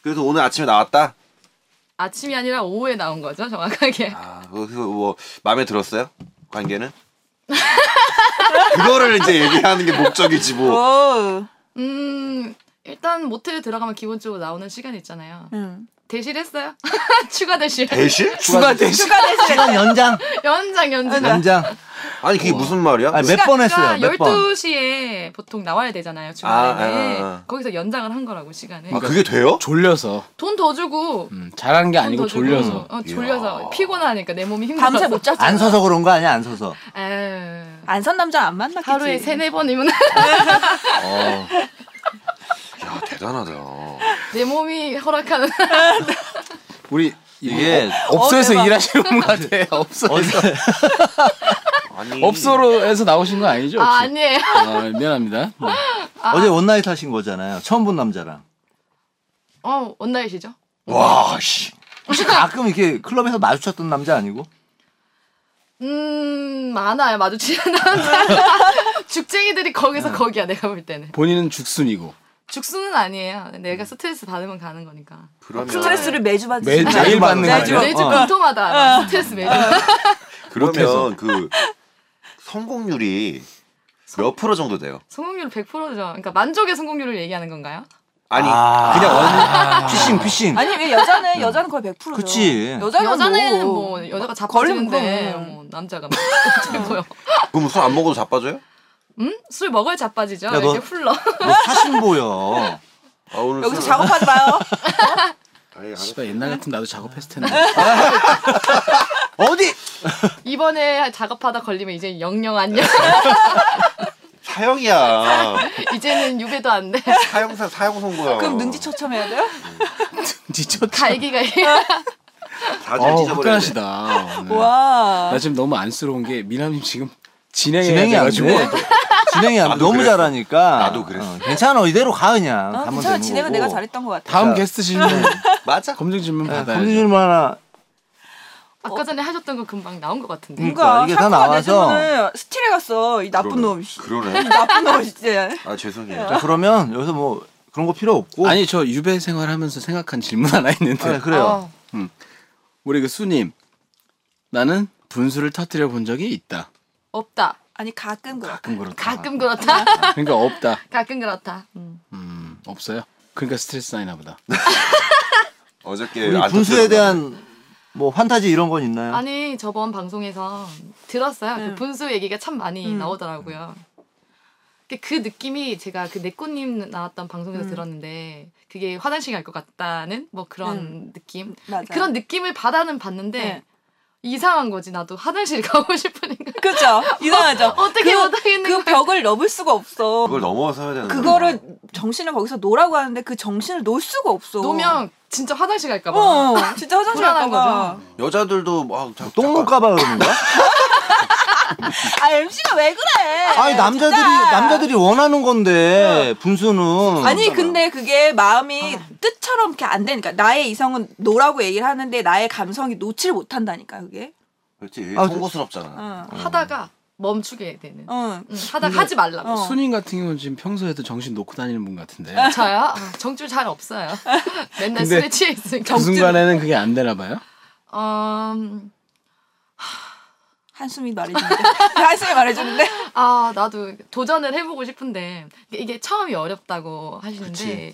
Speaker 3: 그래서 오늘 아침에 나왔다.
Speaker 4: 아침이 아니라 오후에 나온 거죠, 정확하게.
Speaker 3: 아, 그래서 뭐 마음에 들었어요? 관계는? 그거를 이제 얘기하는 게 목적이지
Speaker 5: 어.
Speaker 3: 뭐.
Speaker 2: 오.
Speaker 4: 음 일단 모텔에 들어가면 기본적으로 나오는 시간이 있잖아요.
Speaker 2: 음.
Speaker 4: 대실했어요? 추가 대실.
Speaker 3: 대실?
Speaker 5: 추가 대신
Speaker 1: 시간 연장,
Speaker 4: 연장 연장.
Speaker 1: 연장.
Speaker 3: 아니 그게 무슨 말이야?
Speaker 1: 아니, 몇 번 했어요? 몇 번?
Speaker 4: 12시에 보통 나와야 되잖아요, 주말에.
Speaker 3: 아, 아, 아.
Speaker 4: 거기서 연장을 한 거라고, 시간을.
Speaker 3: 아, 그게 돼요?
Speaker 5: 졸려서
Speaker 4: 돈 더 주고.
Speaker 5: 음, 잘한 게
Speaker 4: 돈
Speaker 5: 아니고
Speaker 4: 더 주고.
Speaker 5: 졸려서
Speaker 4: 어, 졸려서. 피곤하니까 내 몸이 힘들어서.
Speaker 2: 밤새 못 잤잖아.
Speaker 1: 안 서서 그런 거 아니야? 안 서서.
Speaker 4: 에휴,
Speaker 2: 안 선 남자 안 만났겠지.
Speaker 4: 하루에 세네 번이면
Speaker 3: 어. 야, 대단하다.
Speaker 4: 내 몸이 허락하는
Speaker 5: 우리 어,
Speaker 1: 이게
Speaker 5: 업소에서
Speaker 2: 어, 대박.
Speaker 5: 일하시는 분 같아요. 업소
Speaker 1: 어디서
Speaker 3: 아니.
Speaker 5: 음. 업소로에서 나오신 거 아니죠?
Speaker 4: 아,
Speaker 5: 혹시?
Speaker 4: 아니에요.
Speaker 5: 아, 미안합니다. 네.
Speaker 2: 아.
Speaker 1: 어제 원나잇 하신 거잖아요. 처음 본 남자랑.
Speaker 4: 어, 원나잇이죠?
Speaker 3: 와, 씨.
Speaker 1: 혹시 가끔 이렇게 클럽에서 마주쳤던 남자 아니고?
Speaker 4: 음 많아요 마주치는 남자 죽쟁이들이 거기서 거기야 내가 볼 때는
Speaker 5: 본인은 죽순이고
Speaker 4: 죽순은 아니에요 내가 스트레스 받으면 가는 거니까
Speaker 3: 그러면
Speaker 2: 스트레스를 매주 받지.
Speaker 5: 매일 매일 받는 거
Speaker 2: 매주.
Speaker 5: 아니야?
Speaker 4: 매주 공통하다 스트레스 매주
Speaker 5: 못해서.
Speaker 3: 그러면 그 성공률이 몇 프로 정도 돼요?
Speaker 4: 성공률 100%죠 그러니까 만족의 성공률을 얘기하는 건가요?
Speaker 3: 아니
Speaker 1: 그냥 원 피싱 피싱.
Speaker 2: 아니 왜 여자는 여자는 거의 100%죠.
Speaker 1: 그치.
Speaker 2: 여자는,
Speaker 4: 여자는
Speaker 2: 뭐,
Speaker 4: 뭐 여자가
Speaker 2: 걸리면
Speaker 4: 자빠지는데
Speaker 2: 그럼.
Speaker 4: 뭐 남자가 뭐 어쩌고요
Speaker 3: 그럼 뭐 술 안 먹어도 자빠져요?
Speaker 4: 음? 술 먹어야 자빠지죠
Speaker 1: 야, 너-
Speaker 4: 이렇게 훌러
Speaker 1: 너뭐 사신 보여.
Speaker 3: 아 오늘
Speaker 2: 여기서
Speaker 3: 술-
Speaker 2: 작업하지 마요.
Speaker 3: 아니, 알았어.
Speaker 5: 씨발 옛날 같으면 나도 작업했을 텐데.
Speaker 1: 어디?
Speaker 4: 이번에 작업하다 걸리면 이제 영영 안녕
Speaker 3: 사형이야.
Speaker 4: 이제는 유배도 안돼
Speaker 3: 사형사 사형 선고야.
Speaker 5: 어.
Speaker 2: 그럼 능지처참해야 돼요?
Speaker 5: 지쳤다.
Speaker 4: 갈기가
Speaker 2: 어.
Speaker 3: 다들
Speaker 5: 어우
Speaker 3: 찢어버려야 돼.
Speaker 5: 화끈하시다. 오늘.
Speaker 2: 와.
Speaker 5: 네. 나 지금 너무 안쓰러운 게 미남님 지금 진행이
Speaker 1: 진행이 안
Speaker 5: 돼가지고
Speaker 1: 돼. 진행이 안 돼. 너무
Speaker 3: 그랬어.
Speaker 1: 잘하니까.
Speaker 3: 나도 그랬어.
Speaker 1: 어, 괜찮아. 이대로 가 그냥.
Speaker 2: 아,
Speaker 1: 가면
Speaker 2: 괜찮아.
Speaker 1: 되는
Speaker 2: 진행은
Speaker 1: 거고.
Speaker 2: 내가 잘했던 것 같아.
Speaker 5: 다음 게스트 질문
Speaker 3: 맞아.
Speaker 5: 검증 질문
Speaker 1: 야,
Speaker 5: 받아요.
Speaker 1: 네, 검진 좀 하나.
Speaker 4: 아까 전에 하셨던 거 금방 나온 것 같은데
Speaker 1: 그러니까 이게 다
Speaker 2: 샤프가
Speaker 1: 나와서.
Speaker 2: 내주면은 스틸에 갔어. 이 나쁜 놈. 씨.
Speaker 3: 그러네.
Speaker 2: 나쁜 놈 진짜.
Speaker 3: 아 죄송해요.
Speaker 1: 자, 그러면 여기서 뭐 그런 거 필요 없고.
Speaker 5: 아니 저 유배 생활하면서 생각한 질문 하나 있는데
Speaker 1: 아, 그래요.
Speaker 4: 어,
Speaker 5: 우리 그 수님 나는 분수를 터뜨려 본 적이 있다.
Speaker 4: 없다
Speaker 2: 아니 가끔 그래.
Speaker 1: 가끔 그렇다.
Speaker 4: 가끔
Speaker 2: 아.
Speaker 4: 그렇다
Speaker 2: 음.
Speaker 5: 그러니까 없다.
Speaker 4: 가끔 그렇다 음.
Speaker 5: 음, 없어요. 그러니까 스트레스 쌓이나 보다.
Speaker 3: 어저께
Speaker 1: 우리
Speaker 3: 예, 안
Speaker 1: 분수에
Speaker 3: 터뜨려서-
Speaker 1: 대한 뭐 환타지 이런 건 있나요?
Speaker 4: 아니 저번 방송에서 들었어요.
Speaker 2: 음.
Speaker 4: 그 분수 얘기가 참 많이 나오더라고요. 그- 그 느낌이 제가 그 내꽃님 나왔던 방송에서
Speaker 2: 음.
Speaker 4: 들었는데 그게 화장실 갈 것 같다는 뭐 그런 느낌
Speaker 2: 음. 맞아.
Speaker 4: 그런 느낌을 받아는 봤는데
Speaker 2: 네.
Speaker 4: 이상한 거지 나도 화장실 가고 싶으니까
Speaker 2: 그죠? 그렇죠. 이상하죠.
Speaker 4: 어떻게
Speaker 2: 그,
Speaker 4: 못하겠는
Speaker 2: 그
Speaker 4: 거야.
Speaker 2: 벽을 넘을 수가 없어.
Speaker 3: 그걸 넘어서 해야 되는 거야.
Speaker 2: 그거를 정신을 거기서 놓으라고 하는데 그 정신을 놓을 수가 없어.
Speaker 4: 놓으면 진짜 화장실 갈까 봐.
Speaker 2: 어, 진짜 화장실
Speaker 4: 불안한
Speaker 2: 갈까봐.
Speaker 3: 여자들도 막 자-
Speaker 1: 똥
Speaker 3: 잠깐-
Speaker 1: 못 가봐 그러는 거야?
Speaker 2: 아, MC가 왜 그래?
Speaker 1: 아니 남자들이
Speaker 2: 진짜.
Speaker 1: 남자들이 원하는 건데 분수는
Speaker 2: 아니 근데 그게 마음이
Speaker 4: 아.
Speaker 2: 뜻처럼 이렇게 안 되니까 나의 이성은 노라고 얘기를 하는데 나의 감성이 놓지를 못한다니까 그게.
Speaker 3: 그렇지.
Speaker 1: 아,
Speaker 3: 송구스럽잖아.
Speaker 2: 응.
Speaker 4: 하다가 멈추게 되는.
Speaker 2: 응.
Speaker 4: 응, 하다가 하지 말라고.
Speaker 2: 어.
Speaker 5: 수님 같은 경우는 지금 평소에도 정신 놓고 다니는 분 같은데
Speaker 4: 저요? 아, 정줄 잘 없어요. 맨날
Speaker 5: 근데
Speaker 4: 술에 취해 있으니까.
Speaker 5: 그 순간에는 그게 안 되나 봐요.
Speaker 4: 음,
Speaker 2: 한숨이 말해주는데. 한숨이 말해주는데.
Speaker 4: 아 나도 도전을 해보고 싶은데 이게 처음이 어렵다고 하시는데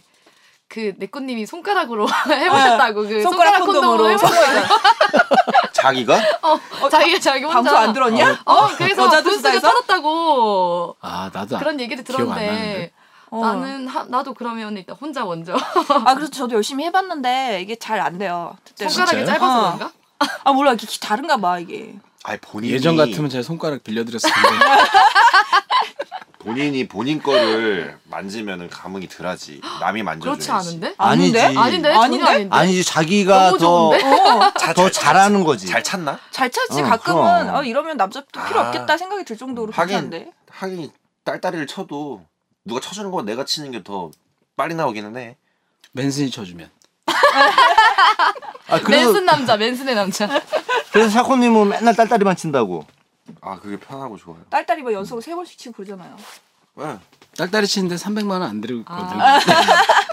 Speaker 4: 그 내꽃님이 손가락으로 해보셨다고 그
Speaker 2: 손가락
Speaker 4: 손가락, 콘돔으로
Speaker 2: 콘돔으로.
Speaker 4: 해보셨다고
Speaker 3: 자기가?
Speaker 4: 어, 자기가 자기 혼자
Speaker 2: 방송 안 들었냐?
Speaker 4: 어 그래서
Speaker 2: 여자
Speaker 4: 분수가
Speaker 2: 조사에서?
Speaker 4: 떨었다고
Speaker 5: 아 나도
Speaker 4: 그런 얘기를
Speaker 5: 기억 안 나는데.
Speaker 4: 들었는데
Speaker 2: 어.
Speaker 4: 나는 하, 나도 그러면 일단 혼자 먼저
Speaker 2: 아 그래서 저도 열심히 해봤는데 이게 잘 안 돼요. 그때.
Speaker 4: 손가락이
Speaker 5: 진짜요?
Speaker 4: 짧아서
Speaker 2: 어.
Speaker 4: 그런가?
Speaker 2: 아 몰라 이게 다른가 봐 이게.
Speaker 3: 아니 본인이
Speaker 5: 예전 같으면 제가 손가락 빌려드렸을 텐데
Speaker 3: 본인이 본인 거를 만지면은 감흥이 덜하지. 남이 만져줘야지.
Speaker 4: 그렇지 않은데?
Speaker 1: 아니지.
Speaker 2: 아닌데?
Speaker 4: 아닌데 전혀
Speaker 2: 아닌데?
Speaker 4: 아닌데
Speaker 1: 아니지 자기가
Speaker 4: 너무
Speaker 1: 더
Speaker 4: 좋은데?
Speaker 1: 더
Speaker 2: 어.
Speaker 1: 잘하는 거지.
Speaker 3: 잘 찾나?
Speaker 2: 잘 찾지
Speaker 1: 어,
Speaker 2: 가끔은
Speaker 1: 그럼.
Speaker 2: 어, 이러면 남자도 필요
Speaker 3: 아.
Speaker 2: 없겠다 생각이 들 정도로
Speaker 3: 하긴
Speaker 2: 괜찮은데.
Speaker 3: 하긴 딸다리를 쳐도 누가 쳐주는 건 내가 치는 게 더 빨리 나오기는 해.
Speaker 5: 맨슨이 쳐주면
Speaker 1: 아, 그래서
Speaker 4: 맨슨 남자 맨슨의 남자
Speaker 1: 그래서 샤코님은 맨날 딸다리만 친다고.
Speaker 3: 아 그게 편하고 좋아요.
Speaker 2: 딸딸이 뭐 연속 세 번씩 치고 그러잖아요.
Speaker 3: 예.
Speaker 5: 딸딸이 치는데 300만 원 안 들거든.
Speaker 4: 아.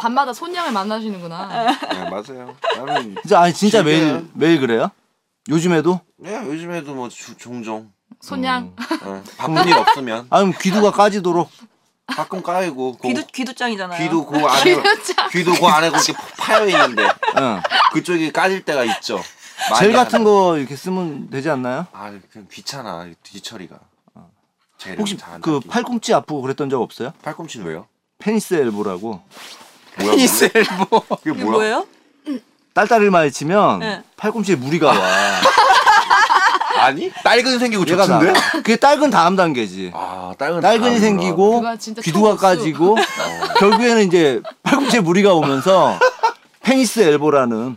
Speaker 4: 밤마다 손님을 만나시는구나
Speaker 3: 네, 맞아요. 나는
Speaker 1: 진짜 아니 진짜
Speaker 3: 진짜요?
Speaker 1: 매일 매일 그래요? 요즘에도?
Speaker 3: 예 요즘에도 뭐 주- 종종
Speaker 4: 손양
Speaker 1: 어.
Speaker 3: 예, 바쁜 일 없으면
Speaker 1: 아 그럼 귀두가 까지도록
Speaker 3: 가끔 까이고 고-
Speaker 2: 귀도 귀도짱이잖아요.
Speaker 3: 귀도 그 안에 귀도 그 안에 그렇게 파여 있는데
Speaker 1: 응.
Speaker 3: 그쪽이 까질 때가 있죠. 많이
Speaker 1: 젤
Speaker 3: 하나.
Speaker 1: 같은 거 이렇게 쓰면 되지 않나요?
Speaker 3: 아 그냥 귀찮아 이 뒤처리가. 어. 젤은
Speaker 1: 혹시
Speaker 3: 잘안
Speaker 1: 그
Speaker 3: 닦이고.
Speaker 1: 팔꿈치 아프고 그랬던 적 없어요?
Speaker 3: 팔꿈치는 왜요?
Speaker 1: 페니스 엘보라고
Speaker 3: 뭐야? 페니스 엘보. 그게
Speaker 2: 이게
Speaker 3: 뭐야?
Speaker 2: 뭐예요?
Speaker 1: 딸다리를 많이 치면
Speaker 2: 네.
Speaker 1: 팔꿈치에 무리가 와.
Speaker 3: 아니? 딸근 생기고
Speaker 1: 얘가 나.
Speaker 3: 좋던데?
Speaker 1: 그게 딸근 다음 단계지.
Speaker 3: 아 딸근 어.
Speaker 1: 딸근이 생기고
Speaker 4: 그거 진짜
Speaker 1: 귀두가
Speaker 4: 초고수.
Speaker 1: 까지고 결국에는 이제 팔꿈치에 무리가 오면서 페니스 엘보라는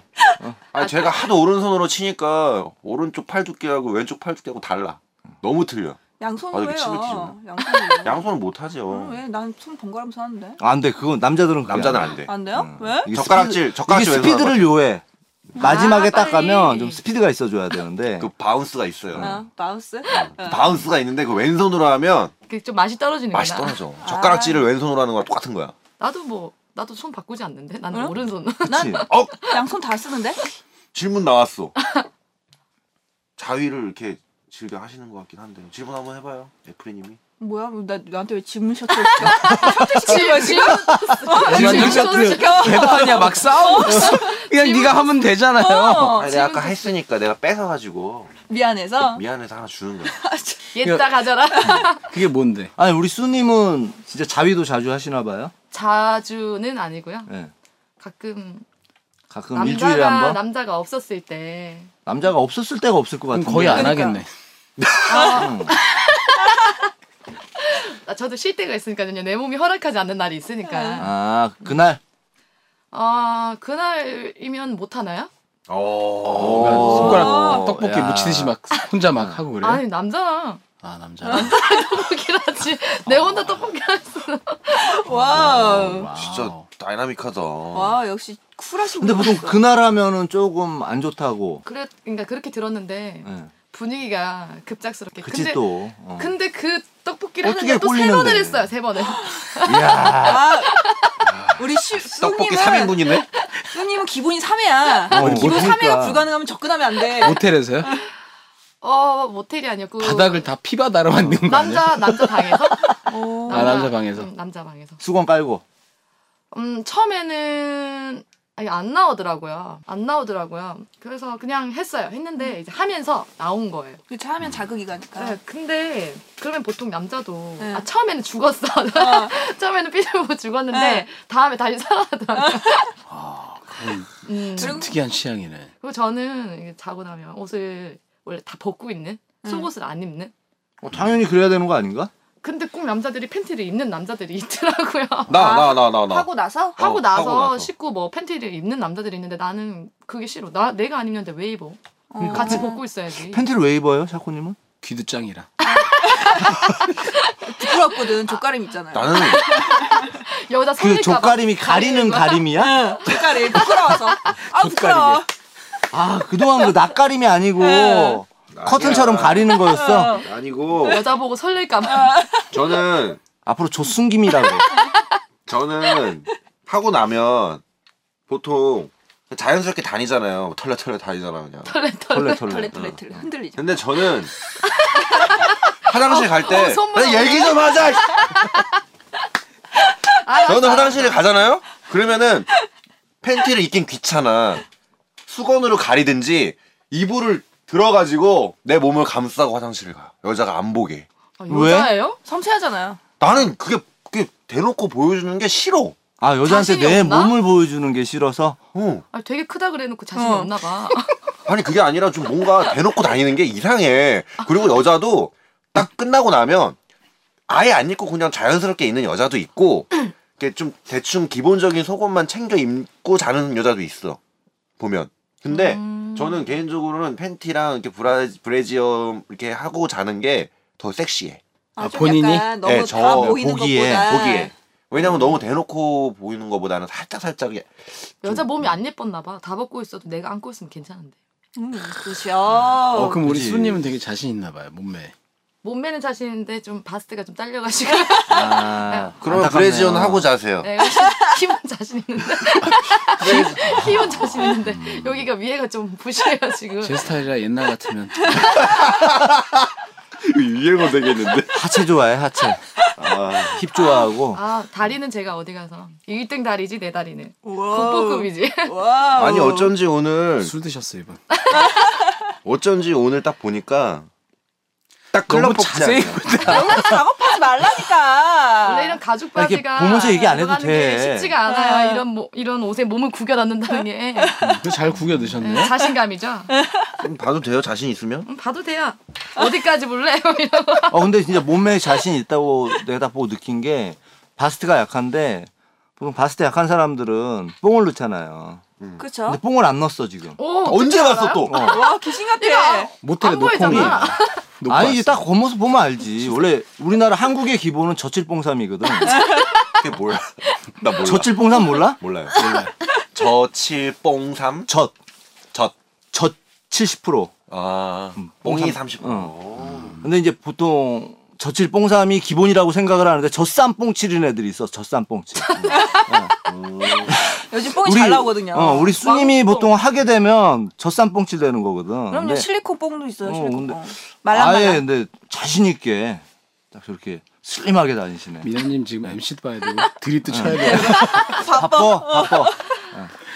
Speaker 3: 아 제가 하도 오른손으로 치니까 오른쪽 팔 두께하고 왼쪽 팔 두께하고 달라. 너무 틀려. 아,
Speaker 2: 양손으로
Speaker 3: 이렇게 치고
Speaker 2: 해요.
Speaker 3: 치우나?
Speaker 2: 양손으로.
Speaker 3: 양손은 못 하죠.
Speaker 2: 어, 왜? 난 손 번갈아면서 하는데.
Speaker 1: 안 돼. 그건 남자들은 그게
Speaker 3: 남자는
Speaker 1: 안 돼.
Speaker 3: 안 돼.
Speaker 2: 안 돼요? 왜?
Speaker 1: 이게
Speaker 3: 젓가락질,
Speaker 1: 스피드-
Speaker 3: 젓가락질
Speaker 1: 이게
Speaker 3: 왼손으로
Speaker 1: 스피드를 요해. 마지막에 딱
Speaker 4: 아, 빨리.
Speaker 1: 가면 좀 스피드가 있어줘야 되는데
Speaker 3: 그 바운스가 있어요.
Speaker 2: 어, 마우스? 어.
Speaker 3: 바운스가 있는데 그 왼손으로 하면
Speaker 4: 그 좀 맛이 떨어지는 거야.
Speaker 3: 맛이 떨어져. 젓가락질을 왼손으로 하는 거랑 똑같은 거야.
Speaker 4: 나도 뭐 나도 손 바꾸지 않는데 나는
Speaker 2: 응?
Speaker 4: 오른손.
Speaker 1: 그치?
Speaker 3: 어
Speaker 2: 양손 다 쓰는데?
Speaker 3: 질문 나왔어. 자위를 이렇게 즐겨 하시는 것 같긴 한데 질문 한번 해봐요, 애프리님이.
Speaker 2: 뭐야? 나, 나한테 왜 질문 셔츠를 시켜? 셔츠 시키는 거야, 지금?
Speaker 4: 질문
Speaker 5: 셔츠.
Speaker 4: 시켜.
Speaker 5: 대판이야 막 싸우고 있어. 그냥 네가 하면 되잖아요.
Speaker 2: 어,
Speaker 3: 아니, 내가 아까 했으니까 내가 뺏어가지고
Speaker 2: 미안해서.
Speaker 3: 아, 미안해서 하나 주는 거야.
Speaker 4: 얘다 가져라.
Speaker 5: 그게 뭔데?
Speaker 1: 아니 우리 수님은 진짜 자위도 자주 하시나 봐요.
Speaker 4: 자주는 아니고요.
Speaker 1: 예.
Speaker 4: 가끔
Speaker 1: 가끔 일주일에 한
Speaker 4: 남자가
Speaker 1: 번.
Speaker 4: 남자가 없었을 때
Speaker 1: 남자가 없었을 때가 없을 것
Speaker 5: 그럼
Speaker 1: 같은데.
Speaker 5: 거의 안
Speaker 2: 그러니까.
Speaker 5: 하겠네.
Speaker 4: 아, 저도 쉴 때가 있으니까요. 내 몸이 허락하지 않는 날이 있으니까.
Speaker 1: 아 그날.
Speaker 4: 아 그날이면 못 하나요?
Speaker 3: 어.
Speaker 5: 손가락
Speaker 1: 오,
Speaker 5: 떡볶이
Speaker 1: 야.
Speaker 3: 뭐
Speaker 5: 묻히듯이 막 혼자 막 하고 그래요.
Speaker 4: 아니 남자랑
Speaker 5: 아 남자. 어.
Speaker 4: 떡볶이라지. 내 혼자 떡볶이 할 수.
Speaker 3: 아.
Speaker 2: 와우.
Speaker 3: 진짜 다이나믹하다.
Speaker 2: 와, 역시 쿨하신 분.
Speaker 1: 근데 보통 그날 하면은 조금 안 좋다고.
Speaker 4: 그래, 그러니까 그렇게 들었는데
Speaker 5: 네.
Speaker 1: 예.
Speaker 4: 분위기가 급작스럽게.
Speaker 1: 그치 또. 어.
Speaker 4: 근데 그 떡볶이를
Speaker 1: 어떻게
Speaker 4: 하는데 또 세
Speaker 1: 꼴리는데.
Speaker 4: 번을 했어요. 세 번을.
Speaker 1: 이야.
Speaker 2: 아, 우리 슈,
Speaker 3: 떡볶이
Speaker 2: 쏘님은,
Speaker 3: 3인분이네?
Speaker 2: 쏘님은 기본이 3회야. 기본
Speaker 1: 그러니까.
Speaker 2: 3회가 불가능하면 접근하면 안 돼.
Speaker 5: 호텔에서요?
Speaker 4: 어 모텔이 아니었고
Speaker 5: 바닥을 다 피바 달아 만든 거 아니야?
Speaker 4: 남자 남자 방에서.
Speaker 2: 오.
Speaker 5: 아, 남자 방에서.
Speaker 4: 음, 남자 방에서.
Speaker 1: 수건 깔고.
Speaker 4: 음 처음에는 아니 안 나오더라고요. 안 나오더라고요. 그래서 그냥 했어요.
Speaker 5: 음.
Speaker 4: 했는데 이제 하면서 나온 거예요.
Speaker 2: 그렇죠 하면 자극이 가니까.
Speaker 4: 네, 근데 그러면 보통 남자도
Speaker 2: 아. 네.
Speaker 4: 아, 처음에는 죽었어.
Speaker 2: 어.
Speaker 4: 처음에는 삐져보고 죽었는데
Speaker 2: 네.
Speaker 4: 다음에 다시 살아나더라고요. 음,
Speaker 2: 그리고
Speaker 5: 특이한 취향이네.
Speaker 4: 그리고 저는 이게 자고 나면 옷을 원래 다 벗고 있는
Speaker 2: 네.
Speaker 4: 속옷을 안 입는.
Speaker 1: 어, 당연히 그래야 되는 거 아닌가?
Speaker 4: 근데 꼭 남자들이 팬티를 입는 남자들이 있더라고요.
Speaker 1: 어,
Speaker 3: 나 나 나 나 나.
Speaker 2: 하고 나서
Speaker 4: 하고
Speaker 3: 하고
Speaker 4: 나서,
Speaker 3: 나서.
Speaker 4: 씻고 뭐 팬티를 입는 남자들이 있는데 나는 그게 싫어. 나 내가 안 입는데 왜 입어?
Speaker 2: 어.
Speaker 4: 같이 벗고 있어야지.
Speaker 1: 팬티를 왜 입어요, 샤코님은? 그
Speaker 5: 귀도 짱이라.
Speaker 2: 부끄럽거든. 족가림 있잖아요.
Speaker 3: 나는
Speaker 4: 여자
Speaker 1: 그
Speaker 4: 성질까봐 아,
Speaker 1: 족가림이 가리는
Speaker 2: 네.
Speaker 1: 가림이야?
Speaker 2: 족가림 부끄러워서. 아 부끄러워.
Speaker 1: 아 그동안 그 낯가림이 아니고 커튼처럼 가리는
Speaker 3: 네.
Speaker 1: 거였어.
Speaker 3: 아니고
Speaker 4: 예, 여자 보고 설렐까봐.
Speaker 3: 저는
Speaker 1: 앞으로 조순김이라고.
Speaker 3: 저는 하고 나면 보통 자연스럽게 다니잖아요. 털레털레 다니잖아 그냥.
Speaker 4: 털레
Speaker 1: 털레
Speaker 4: 털레.
Speaker 1: 털레.
Speaker 2: 털레 털레 털레 흔들리죠.
Speaker 3: 근데 저는 화장실 갈 때
Speaker 4: 어, 선물
Speaker 3: 얘기 좀 하자.
Speaker 4: 아,
Speaker 3: 저는 화장실에 가잖아요. 그러면은 팬티를 입긴 귀찮아. 수건으로 가리든지 이불을 들어가지고 내 몸을 감싸고 화장실을 가. 여자가 안 보게.
Speaker 4: 아,
Speaker 1: 왜?
Speaker 4: 여자예요?
Speaker 2: 섬세하잖아요.
Speaker 3: 나는 그게 그게 대놓고 보여주는 게 싫어.
Speaker 1: 아 여자한테
Speaker 4: 자신이
Speaker 1: 내
Speaker 4: 없나?
Speaker 1: 몸을 보여주는 게 싫어서
Speaker 3: 어.
Speaker 4: 아, 되게 크다 그래놓고 자신 이
Speaker 2: 어.
Speaker 4: 없나 봐.
Speaker 3: 아니 그게 아니라 좀 뭔가 대놓고 다니는 게 이상해. 그리고 여자도 딱 끝나고 나면 아예 안 입고 그냥 자연스럽게 있는 여자도 있고 이게 좀 대충 기본적인 속옷만 챙겨 입고 자는 여자도 있어. 보면. 근데
Speaker 2: 음.
Speaker 3: 저는 개인적으로는 팬티랑 이렇게 브라, 브래지어 이렇게 하고 자는 게 더 섹시해.
Speaker 2: 아, 좀
Speaker 5: 본인이?
Speaker 2: 약간 너무
Speaker 3: 네, 저
Speaker 2: 다 보이는
Speaker 1: 보기에,
Speaker 2: 것보다 음.
Speaker 3: 보기에. 왜냐면 너무 대놓고 보이는 것보다는 살짝 살짝 이게
Speaker 4: 여자 몸이 안 예뻤나 봐. 다 벗고 있어도 내가 안고 있으면 괜찮은데.
Speaker 2: 음,
Speaker 5: 어,
Speaker 2: 그죠.
Speaker 5: 그럼 우리
Speaker 1: 그지.
Speaker 5: 수님은 되게 자신 있나 봐요 몸매.
Speaker 4: 몸매는 자신 있는데 좀 바스트가 좀 딸려가지고
Speaker 1: 아,
Speaker 3: 그러면
Speaker 1: 안타깝네요.
Speaker 3: 브래지어는 하고 자세요.
Speaker 4: 네, 역시 키는 자신 있는데 키는 자신 있는데 여기가 위에가 좀 부실해가지고
Speaker 5: 제 스타일이라 옛날 같으면
Speaker 3: 유행어 그 되겠는데. 아.
Speaker 1: 하체 좋아해 하체. 힙 좋아하고
Speaker 4: 아 다리는 제가 어디 가서 1등 다리지 내 다리는
Speaker 2: 와우.
Speaker 4: 국보급이지
Speaker 2: 와우.
Speaker 3: 아니 어쩐지 오늘
Speaker 5: 술 드셨어 이번.
Speaker 3: 어쩐지 오늘 딱 보니까 딱
Speaker 5: 너무
Speaker 3: 클럽
Speaker 5: 자세히
Speaker 2: 너무 작업하지 말라니까.
Speaker 4: 원래 이런 가죽 바지가
Speaker 1: 보면서 얘기 안 해도
Speaker 4: 들어가는 게
Speaker 1: 돼.
Speaker 4: 쉽지가 않아요 이런 모, 이런 옷에 몸을 구겨 넣는다는 게
Speaker 5: 그거 잘 구겨
Speaker 4: 네,
Speaker 5: 드셨네.
Speaker 4: 자신감이죠
Speaker 3: 봐도 돼요 자신 있으면?
Speaker 4: 음, 봐도 돼요 어디까지 볼래 이러고.
Speaker 1: 어 근데 진짜 몸매에 자신 있다고 내다보고 느낀 게 바스트가 약한데 보통 바스트 약한 사람들은 뽕을 넣잖아요.
Speaker 2: 그렇죠.
Speaker 1: 근데 뽕을 안 넣었어 지금.
Speaker 4: 오,
Speaker 3: 언제 봤어 또?
Speaker 1: 뭐,
Speaker 2: 와 귀신 같아.
Speaker 5: 모텔에
Speaker 4: 안 보이잖아.
Speaker 5: 노콩이. 놓고
Speaker 1: 아니지
Speaker 5: 왔어.
Speaker 1: 딱 겉모습 보면 알지. 원래 우리나라 한국의 기본은 저칠뽕삼이거든.
Speaker 5: 아,
Speaker 3: 그게 뭐야? 나 몰라.
Speaker 1: 저칠뽕삼 몰라?
Speaker 3: 몰라요. 몰라요. 저칠뽕삼
Speaker 1: 젖. 70%.
Speaker 3: 아,
Speaker 1: 음,
Speaker 3: 뽕이
Speaker 1: 뽕삼- 어.
Speaker 3: 30%.
Speaker 1: 근데 이제 보통 젖칠 뽕삼이 기본이라고 생각을 하는데 젖삼 뽕칠인 애들이 있어. 젖삼 뽕칠.
Speaker 2: 요즘 뽕이 잘 나오거든요.
Speaker 1: 어, 우리 수님이
Speaker 4: 왕뽕.
Speaker 1: 보통 하게 되면 젖삼 뽕칠 되는 거거든.
Speaker 2: 그럼요
Speaker 1: 근데
Speaker 2: 실리콘 뽕도 있어요.
Speaker 1: 어,
Speaker 2: 실리콘
Speaker 1: 근데
Speaker 2: 뽕. 말랑말랑.
Speaker 1: 아예 근데 자신 있게 딱 저렇게 슬림하게 다니시네.
Speaker 5: 미나님 지금 MC도 봐야 되고 드립도 쳐야 돼요.
Speaker 1: 바빠 바빠.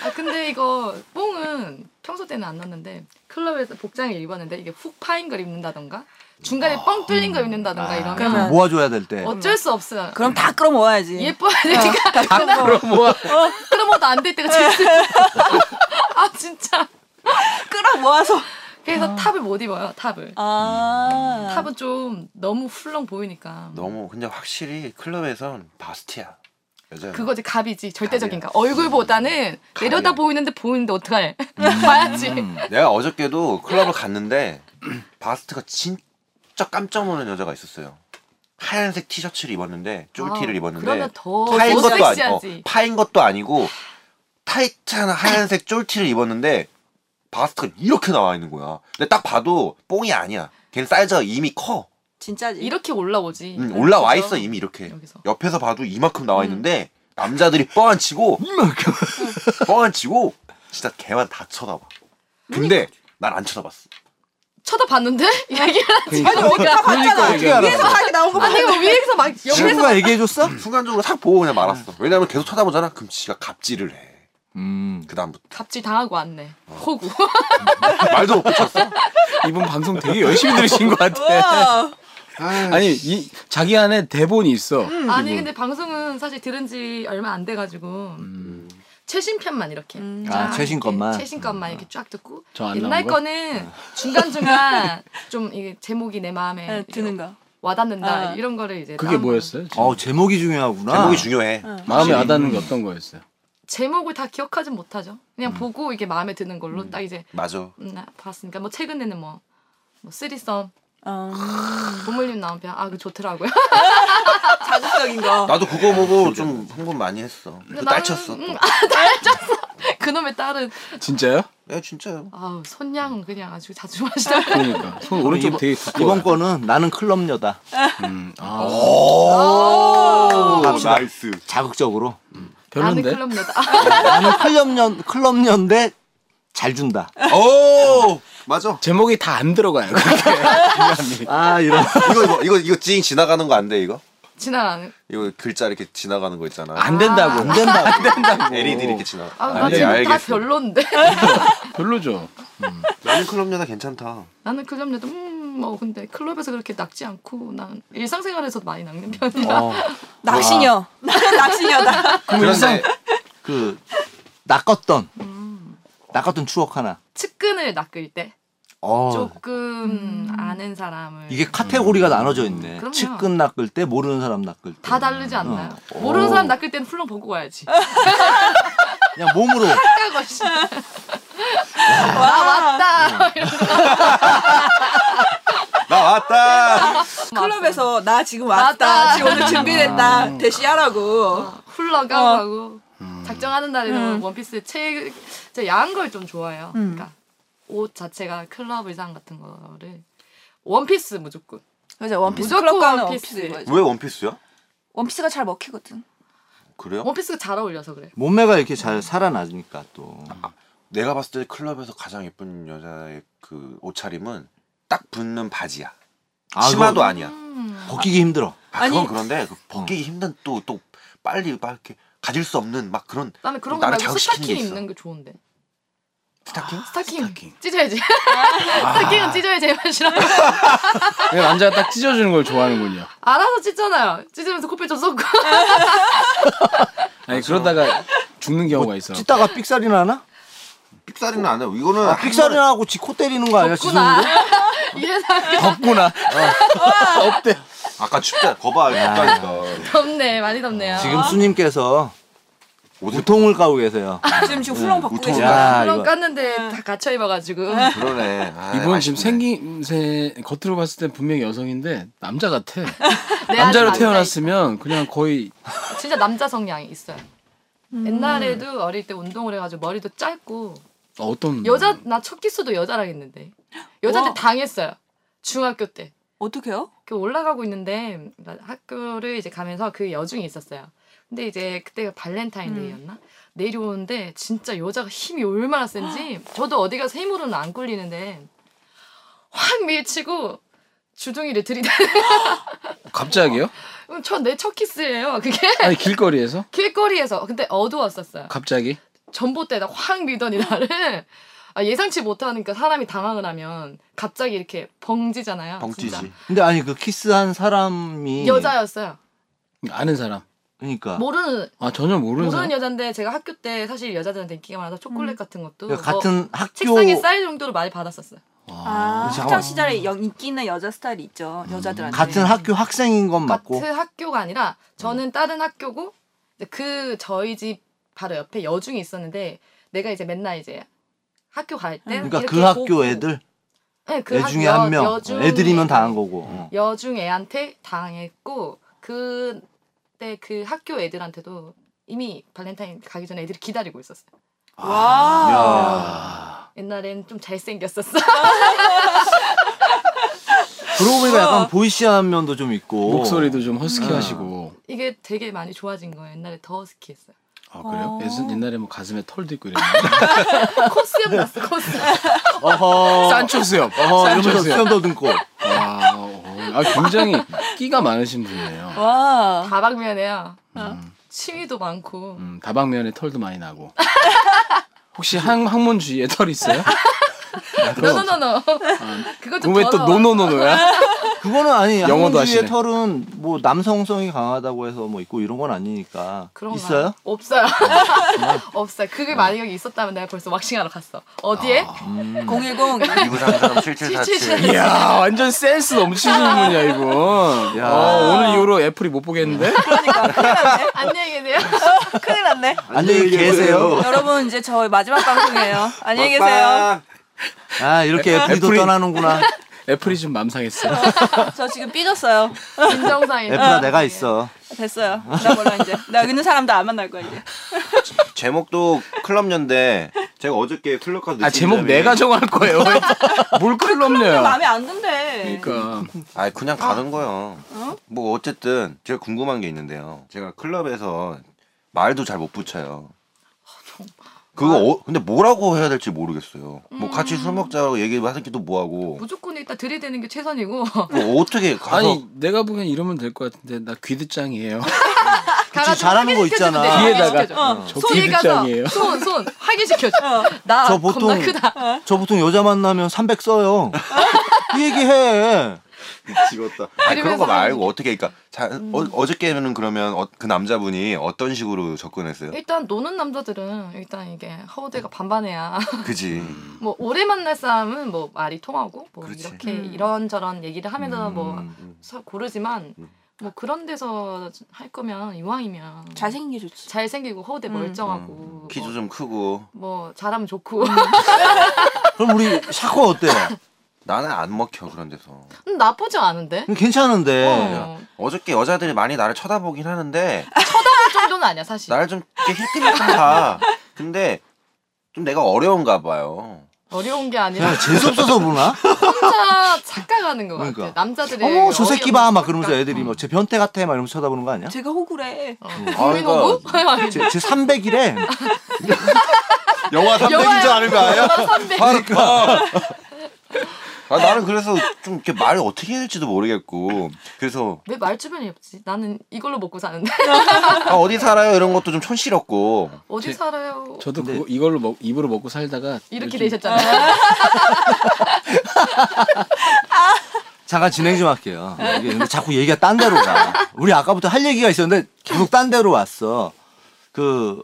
Speaker 4: 아 근데 이거 뽕은 평소 때는 안 넣는데 클럽에서 복장을 입었는데 이게 훅 파인 걸 입는다던가 중간에 뻥 뚫린 걸
Speaker 3: 아.
Speaker 4: 입는다던가 이러면
Speaker 2: 그러면
Speaker 1: 모아줘야 될 때.
Speaker 4: 어쩔 수 없어요.
Speaker 2: 그럼 다 끌어 모아야지. 아, 예.
Speaker 4: 예뻐야 되니까 그럼
Speaker 5: 뭐야?
Speaker 4: 그럼 도 안 될 때가 제일 슬퍼. 아 진짜.
Speaker 2: 끌어 모아서.
Speaker 4: 그래서 탑을 못 입어요. 탑을.
Speaker 2: 아.
Speaker 4: 탑은 좀 너무 훌렁 보이니까.
Speaker 3: 너무 근데 확실히 클럽에선 바스티야 여자.
Speaker 4: 그거지 갑이지 절대적인 가 얼굴보다는 내려다 보이는데 보이는데 어떡해
Speaker 3: 음.
Speaker 4: 봐야지
Speaker 3: 내가 어저께도 클럽을 갔는데 바스트가 진짜 깜짝 놀란 여자가 있었어요. 하얀색 티셔츠를 입었는데 쫄티를
Speaker 4: 아,
Speaker 3: 입었는데
Speaker 4: 그러면 더,
Speaker 3: 파인
Speaker 4: 더
Speaker 3: 것도 아니, 어,
Speaker 4: 섹시하지
Speaker 3: 파인 것도 아니고 타이트한 하얀색 쫄티를 입었는데 바스트가 이렇게 나와 있는 거야. 근데 딱 봐도 뽕이 아니야. 걔는 사이즈가 이미 커.
Speaker 2: 진짜지.
Speaker 4: 이렇게 올라오지
Speaker 3: 음, 올라와
Speaker 4: 그죠?
Speaker 3: 있어 이미 이렇게.
Speaker 4: 여기서. 음.
Speaker 3: 옆에서 봐도 이만큼 나와 있는데 남자들이 뻔한 치고 뻔한 치고 진짜 걔만 다 쳐다봐. 근데 난 안 쳐다봤어.
Speaker 4: 쳐다봤는데 얘기를 하지
Speaker 5: 그러니까.
Speaker 4: 그러니까.
Speaker 5: 그러니까 얘기 안
Speaker 2: 위에서
Speaker 5: 하는
Speaker 2: 하게 나온 거 봐.
Speaker 4: 아니 뭐 위에서 막 옆에서
Speaker 1: 친구가 얘기해줬어?
Speaker 3: 순간적으로 싹 보고 그냥 말았어. 왜냐면 계속 쳐다보잖아. 그럼 지가 갑질을 해.
Speaker 1: 음.
Speaker 3: 그 다음부터
Speaker 4: 갑질 당하고 왔네 호구
Speaker 3: 말도 못 붙였어.
Speaker 5: 이번 방송 되게 열심히 들으신 것
Speaker 1: 네.
Speaker 5: 같아.
Speaker 2: 우와.
Speaker 5: 아니 이 자기 안에 대본이 있어.
Speaker 4: 아니 근데 방송은 사실 들은 지 얼마 안 돼가지고 최신 편만 이렇게 쫙
Speaker 1: 아, 최신
Speaker 4: 이렇게
Speaker 1: 것만?
Speaker 4: 최신 것만 이렇게 쫙 듣고
Speaker 5: 저안
Speaker 4: 옛날
Speaker 5: 나온 거야?
Speaker 4: 거는 중간 중간 좀 이게 제목이 내 마음에
Speaker 2: 네,
Speaker 4: 이렇게
Speaker 2: 드는 거.
Speaker 4: 와닿는다
Speaker 2: 아.
Speaker 4: 이런 거를 이제
Speaker 5: 그게
Speaker 4: 다운로드.
Speaker 5: 뭐였어요?
Speaker 1: 어 제목이
Speaker 4: 아.
Speaker 1: 중요하구나.
Speaker 3: 제목이 중요해.
Speaker 5: 마음에 와닿는 게 어떤 거였어요?
Speaker 4: 제목을 다 기억하진 못하죠. 그냥 보고 이게 마음에 드는 걸로 딱 이제
Speaker 3: 맞아.
Speaker 4: 음, 나 봤으니까 뭐 최근에는 뭐, 뭐 쓰리썸
Speaker 2: 어.
Speaker 4: 보물님 나온 편 아 그 좋더라고요.
Speaker 2: 자극적인 거.
Speaker 3: 나도 그거 보고 좀 흥분 많이 했어. 또
Speaker 4: 나는-
Speaker 3: 딸쳤어.
Speaker 4: 음,
Speaker 3: 또.
Speaker 4: 아, 딸쳤어. 그놈의 딸은
Speaker 5: 진짜요?
Speaker 4: 아.
Speaker 3: 야 진짜요.
Speaker 4: 아우 손양 그냥 아주 자주 마시더라고.
Speaker 5: 그러니까 손 오른쪽
Speaker 1: 이번-
Speaker 5: 되게 두꺼워.
Speaker 3: 어.
Speaker 1: 이번 거는 나는 클럽녀다. 음,
Speaker 3: 어.
Speaker 1: 갑시다.
Speaker 3: 나이스.
Speaker 1: 자극적으로.
Speaker 4: 나는
Speaker 5: 별론데.
Speaker 4: 클럽 여자. 아,
Speaker 1: 나는 클럽녀 클럽녀인데 잘 준다.
Speaker 3: 오 맞아.
Speaker 5: 제목이 다 안 들어가요. 그렇게.
Speaker 1: 아 이런.
Speaker 3: 이거 이거 이거 이거 찡 지나가는 거 안 돼 이거?
Speaker 4: 지나가는.
Speaker 3: 이거 글자 이렇게 지나가는 거 있잖아.
Speaker 5: 안 된다고. 안 된다고. 안 된다고.
Speaker 3: LED 이렇게 지나.
Speaker 4: 아, 나 지금 다 별론데.
Speaker 5: 별로죠.
Speaker 3: 나는 클럽 여자 괜찮다.
Speaker 4: 나는 클럽 여자. 음뭐 근데 클럽에서 그렇게 낙지 않고 난 일상생활에서 많이 낚는 편이야.
Speaker 2: 낚시녀. 나는 낚시녀다.
Speaker 3: 그런데
Speaker 1: 그 낚았던 낚았던 추억 하나.
Speaker 4: 측근을 낚을 때
Speaker 1: 어,
Speaker 4: 조금 아는 사람을
Speaker 1: 이게 카테고리가 나눠져 있네.
Speaker 4: 그럼요.
Speaker 1: 측근 낚을 때 모르는 사람 낚을 때.
Speaker 4: 다 다르지 않나요? 모르는 사람 낚을 때는 훌렁 보고 가야지.
Speaker 1: 그냥 몸으로.
Speaker 4: 깜짝 없이. 아 왔다.
Speaker 3: 나 왔다.
Speaker 2: 클럽에서 나 지금 왔다.
Speaker 4: 왔다.
Speaker 2: 지금 오늘 준비됐다.
Speaker 1: 아.
Speaker 2: 대시하라고. 어.
Speaker 4: 훌러가고 작정하는 날에는 원피스 책, 제가 야한 걸 좀 좋아해요. 그러니까 옷 자체가 클럽 의상 같은 거를 원피스 무조건.
Speaker 2: 그죠 원피스
Speaker 4: 무조건
Speaker 2: 클럽 가면
Speaker 4: 원피스.
Speaker 2: 원피스. 입어야지.
Speaker 3: 왜 원피스야?
Speaker 2: 원피스가 잘 먹히거든.
Speaker 3: 그래요?
Speaker 4: 원피스가 잘 어울려서 그래.
Speaker 1: 몸매가 이렇게 잘 살아나니까 또.
Speaker 3: 내가 봤을 때 클럽에서 가장 예쁜 여자의 그 옷차림은 딱 붙는 바지야. 치마도
Speaker 1: 그거
Speaker 3: 아니야.
Speaker 1: 벗기기 힘들어.
Speaker 3: 아,
Speaker 2: 아니.
Speaker 3: 그건 그런데 그 벗기기 힘든 또 또 빨리 막 이렇게 가질 수 없는 막 그런
Speaker 4: 나는 그런 거
Speaker 3: 나를
Speaker 4: 말고
Speaker 3: 자극시키는 게
Speaker 4: 스타킹
Speaker 3: 있어.
Speaker 4: 입는 게 좋은데.
Speaker 3: 스타킹?
Speaker 4: 스타킹, 찢어야지. 스타킹은 찢어야 제맛 싫어.
Speaker 5: 그냥 남자가 딱 찢어주는 걸 좋아하는군요.
Speaker 4: 알아서 찢잖아요. 찢으면서 코피 좀 쏟고.
Speaker 5: 아니 그러다가 죽는 경우가 있어.
Speaker 1: 찢다가 삑살이 나나?
Speaker 3: 삑사리는 안 해요. 이거는 한
Speaker 1: 삑살이
Speaker 3: 번에-
Speaker 1: 나고 지 코 때리는 거 아니야?
Speaker 4: 덥구나.
Speaker 1: 지금?
Speaker 4: 이 세상에
Speaker 5: 덥구나. 덥대.
Speaker 3: 아까 춥다. 거봐 춥다니까.
Speaker 4: 덥네. 많이 덥네요.
Speaker 1: 지금 수님께서 우통을 까고 계세요.
Speaker 4: 아,
Speaker 2: 지금 지금 훌렁 벗고
Speaker 3: 보통.
Speaker 2: 계시다.
Speaker 1: 야
Speaker 4: 물론
Speaker 1: 아, 이거
Speaker 4: 깠는데 다 갇혀 입어가지고
Speaker 3: 그러네. 아,
Speaker 5: 이분 지금
Speaker 3: 아쉽네.
Speaker 5: 생김새 겉으로 봤을 땐 분명히 여성인데 남자 같아.
Speaker 4: 내
Speaker 5: 남자로
Speaker 4: 아들
Speaker 5: 태어났으면 그냥 거의
Speaker 4: 남자- 진짜 남자 성향이 있어요. 옛날에도 어릴 때 운동을 해가지고 머리도 짧고
Speaker 5: 어, 어떤
Speaker 4: 여자 나 첫 키스도 여자랑 했는데 여자한테
Speaker 2: 와.
Speaker 4: 당했어요. 중학교 때.
Speaker 2: 어떻게요?
Speaker 4: 그 올라가고 있는데 나 학교를 이제 가면서 그 여중이 있었어요. 근데 이제 그때가 발렌타인데이였나? 내려오는데 진짜 여자가 힘이 얼마나 센지 저도 어디 가서 힘으로는 안 굴리는데 확 밀치고 주둥이를 들이대.
Speaker 5: 갑자기요?
Speaker 4: 어. 저내첫 키스예요. 그게
Speaker 5: 아니 길거리에서
Speaker 4: 길거리에서 근데 어두웠었어요.
Speaker 5: 갑자기
Speaker 4: 전봇대에다 확 밀더니 나를 아, 예상치 못하니까 사람이 당황을 하면 갑자기 이렇게 벙지잖아요. 진짜.
Speaker 3: 벙찌지.
Speaker 1: 근데 아니 그 키스한 사람이
Speaker 4: 여자였어요. 뭐,
Speaker 5: 아는 사람
Speaker 1: 그러니까
Speaker 4: 모르는
Speaker 5: 아 전혀 모르는
Speaker 4: 모르는
Speaker 5: 사람
Speaker 4: 여잔데 제가 학교 때 사실 여자들한테 인기가 많아서 초콜릿 같은 것도
Speaker 1: 그러니까
Speaker 4: 뭐
Speaker 1: 같은 학교
Speaker 4: 책상에 쌓일 정도로 많이 받았었어요.
Speaker 1: 잠깐만.
Speaker 2: 아, 학창 시절에 영- 인기 있는 여자 스타일 있죠 여자들한테.
Speaker 1: 같은 학교 학생인 건 맞고
Speaker 4: 같은 학교가 아니라 저는 다른 학교고 이제 그 저희 집 바로 옆에 여중이 있었는데 내가 이제 맨날 이제 학교 갈 때
Speaker 1: 그러니까
Speaker 4: 이렇게
Speaker 1: 그 학교
Speaker 4: 보고
Speaker 1: 애들
Speaker 4: 네, 그
Speaker 1: 애
Speaker 4: 학-
Speaker 1: 중에
Speaker 4: 여-
Speaker 1: 한 명
Speaker 4: 여중
Speaker 1: 애들이면 당한 거고 어.
Speaker 4: 여중 애한테 당했고 그때 그 학교 애들한테도 이미 발렌타인 가기 전에 애들이 기다리고 있었어요.
Speaker 2: 와.
Speaker 4: 옛날엔 좀 잘생겼었어.
Speaker 1: 그러고 보니까 약간 보이시한 면도 좀 있고
Speaker 3: 어,
Speaker 5: 목소리도 좀 허스키하시고
Speaker 4: 이게 되게 많이 좋아진 거예요. 옛날에 더 스키했어요.
Speaker 5: 아 그래요? 예전- 옛날에 뭐 가슴에 털도 있고 이랬는데
Speaker 4: 코스염 났어, 코스.
Speaker 1: 어허
Speaker 5: 산초 수염.
Speaker 1: 어허 이러면서
Speaker 5: 산초 수염.
Speaker 1: 수염도 등고
Speaker 5: 아, 어, 아, 굉장히 끼가 많으신 분이에요.
Speaker 2: 와.
Speaker 4: 다방면에요.
Speaker 1: 음.
Speaker 4: 어? 취미도 많고.
Speaker 5: 음, 다방면에 털도 많이 나고. 혹시 항, 항문 주위에 털 있어요?
Speaker 4: 노노노노. 그것 좀
Speaker 5: 왜 또
Speaker 4: 더러워.
Speaker 5: 노노노노야?
Speaker 1: 그거는 아니
Speaker 5: 영어도
Speaker 1: 항문주의
Speaker 5: 하시네.
Speaker 1: 털은 뭐 남성성이 강하다고 해서 뭐 있고 이런 건 아니니까
Speaker 4: 그런 거
Speaker 1: 있어요?
Speaker 4: 많아. 없어요. 없어요. 그게 만약에 있었다면 내가 벌써 왁싱하러 갔어. 어디에?
Speaker 2: 010
Speaker 3: 2933 7747.
Speaker 4: 칠칠칠.
Speaker 5: 이야, 완전 센스 넘치는 분이야, 이거.
Speaker 1: 야.
Speaker 5: 어, 오늘 이후로 애플이 못 보겠는데?
Speaker 4: 안녕히 계세요.
Speaker 2: 큰일 났네.
Speaker 1: 안녕히 계세요.
Speaker 2: 여러분 이제 저희 마지막 방송이에요. 안녕히 계세요.
Speaker 1: 아 이렇게 애플도
Speaker 5: 애플이-
Speaker 1: 떠나는구나.
Speaker 5: 애플이 좀 맘상했어.
Speaker 2: 저 지금 삐졌어요.
Speaker 4: 진정상이.
Speaker 1: 애플아 내가 있어.
Speaker 2: 됐어요. 나 몰라 이제. 나 있는 사람도 안 만날 거야 이제.
Speaker 3: 제목도 클럽년데 제가 어저께 클럽 가서
Speaker 5: 아,
Speaker 3: 느낀
Speaker 5: 제목
Speaker 3: 점이-
Speaker 5: 내가 정할 거예요. 뭘 끌럽냐.
Speaker 2: 마음에 안 든대.
Speaker 5: 그러니까.
Speaker 3: 아 그냥
Speaker 1: 어?
Speaker 3: 가는 거예요. 뭐 어쨌든 제가 궁금한 게 있는데요. 제가 클럽에서 말도 잘 못 붙여요. 그거 어, 근데 뭐라고 해야 될지 모르겠어요. 뭐 같이 술 먹자고 얘기하기도 뭐하고
Speaker 4: 무조건 일단 들이대는 게 최선이고
Speaker 3: 뭐 어떻게 가서
Speaker 5: 아니, 내가 보기엔 이러면 될 것 같은데, 나 귀드짱이에요.
Speaker 4: 가가지고
Speaker 1: 잘하는 거
Speaker 4: 확인시켜주면
Speaker 1: 있잖아.
Speaker 4: 돼.
Speaker 5: 뒤에다가.
Speaker 4: 확인시켜줘.
Speaker 5: 저
Speaker 4: 손에 가서
Speaker 5: 귀드짱이에요.
Speaker 4: 손, 손 확인시켜줘. 나
Speaker 1: 저
Speaker 4: 겁나
Speaker 1: 보통
Speaker 4: 크다.
Speaker 3: 어.
Speaker 1: 저 보통 여자 만나면 300 써요. 이 얘기해.
Speaker 3: 미치겠다. 아니, 그런 거 말고 어떻게 그러니까 자, 어, 어저께는 그러면 어, 그 남자분이 어떤 식으로 접근했어요?
Speaker 4: 일단 노는 남자들은 일단 이게 허우대가 반반해야
Speaker 3: 그지.
Speaker 1: 음.
Speaker 4: 뭐 오래 만날 사람은 뭐 말이 통하고 뭐
Speaker 3: 그렇지.
Speaker 4: 이렇게 이런저런 얘기를 하면서 뭐
Speaker 3: 음.
Speaker 4: 서- 고르지만 뭐 그런 데서 할 거면 이왕이면
Speaker 2: 잘생긴 게 좋지.
Speaker 4: 잘생기고 허우대 멀쩡하고
Speaker 3: 키도
Speaker 4: 뭐,
Speaker 3: 좀 크고
Speaker 4: 뭐 잘하면 좋고
Speaker 1: 그럼 우리 샤코 어때?
Speaker 3: 나는 안 먹혀 그런 데서.
Speaker 4: 음, 나쁘지 않은데
Speaker 1: 괜찮은데.
Speaker 4: 어,
Speaker 3: 어저께 여자들이 많이 나를 쳐다보긴 하는데
Speaker 4: 그 정도는 아니야 사실
Speaker 3: 나를 좀 힐끔힐끔다. 근데 좀 내가 어려운가 봐요.
Speaker 4: 어려운 게 아니라
Speaker 1: 그냥 재수 없어서 보나?
Speaker 4: 혼자 착각하는 것 같아
Speaker 1: 그러니까.
Speaker 4: 남자들이
Speaker 1: 어머 저 새끼 봐 막 그러면서
Speaker 4: 어려운
Speaker 1: 애들이 막쟤 변태 같아 막 이러면서 쳐다보는 거 아니야?
Speaker 2: 제가 호구래.
Speaker 4: 음. 국민호구?
Speaker 1: 쟤, 쟤 300이래.
Speaker 3: 영화 300인 줄 아는 거 아니야?
Speaker 1: 그러니까.
Speaker 3: 아, 나는 그래서 좀 이렇게 말을 어떻게 해야 될지도 모르겠고 그래서
Speaker 4: 왜 말주변이 없지? 나는 이걸로 먹고 사는데
Speaker 3: 아, 어디 살아요 이런 것도 좀 촌스럽고
Speaker 4: 어디 살아요?
Speaker 5: 저도 그거, 이걸로 먹, 입으로 먹고 살다가.
Speaker 4: 이렇게
Speaker 5: 요즘-
Speaker 4: 되셨잖아요.
Speaker 1: 잠깐 진행 좀 할게요. 이게 근데 자꾸 얘기가 딴 데로 가. 우리 아까부터 할 얘기가 있었는데 계속 딴 데로 왔어. 그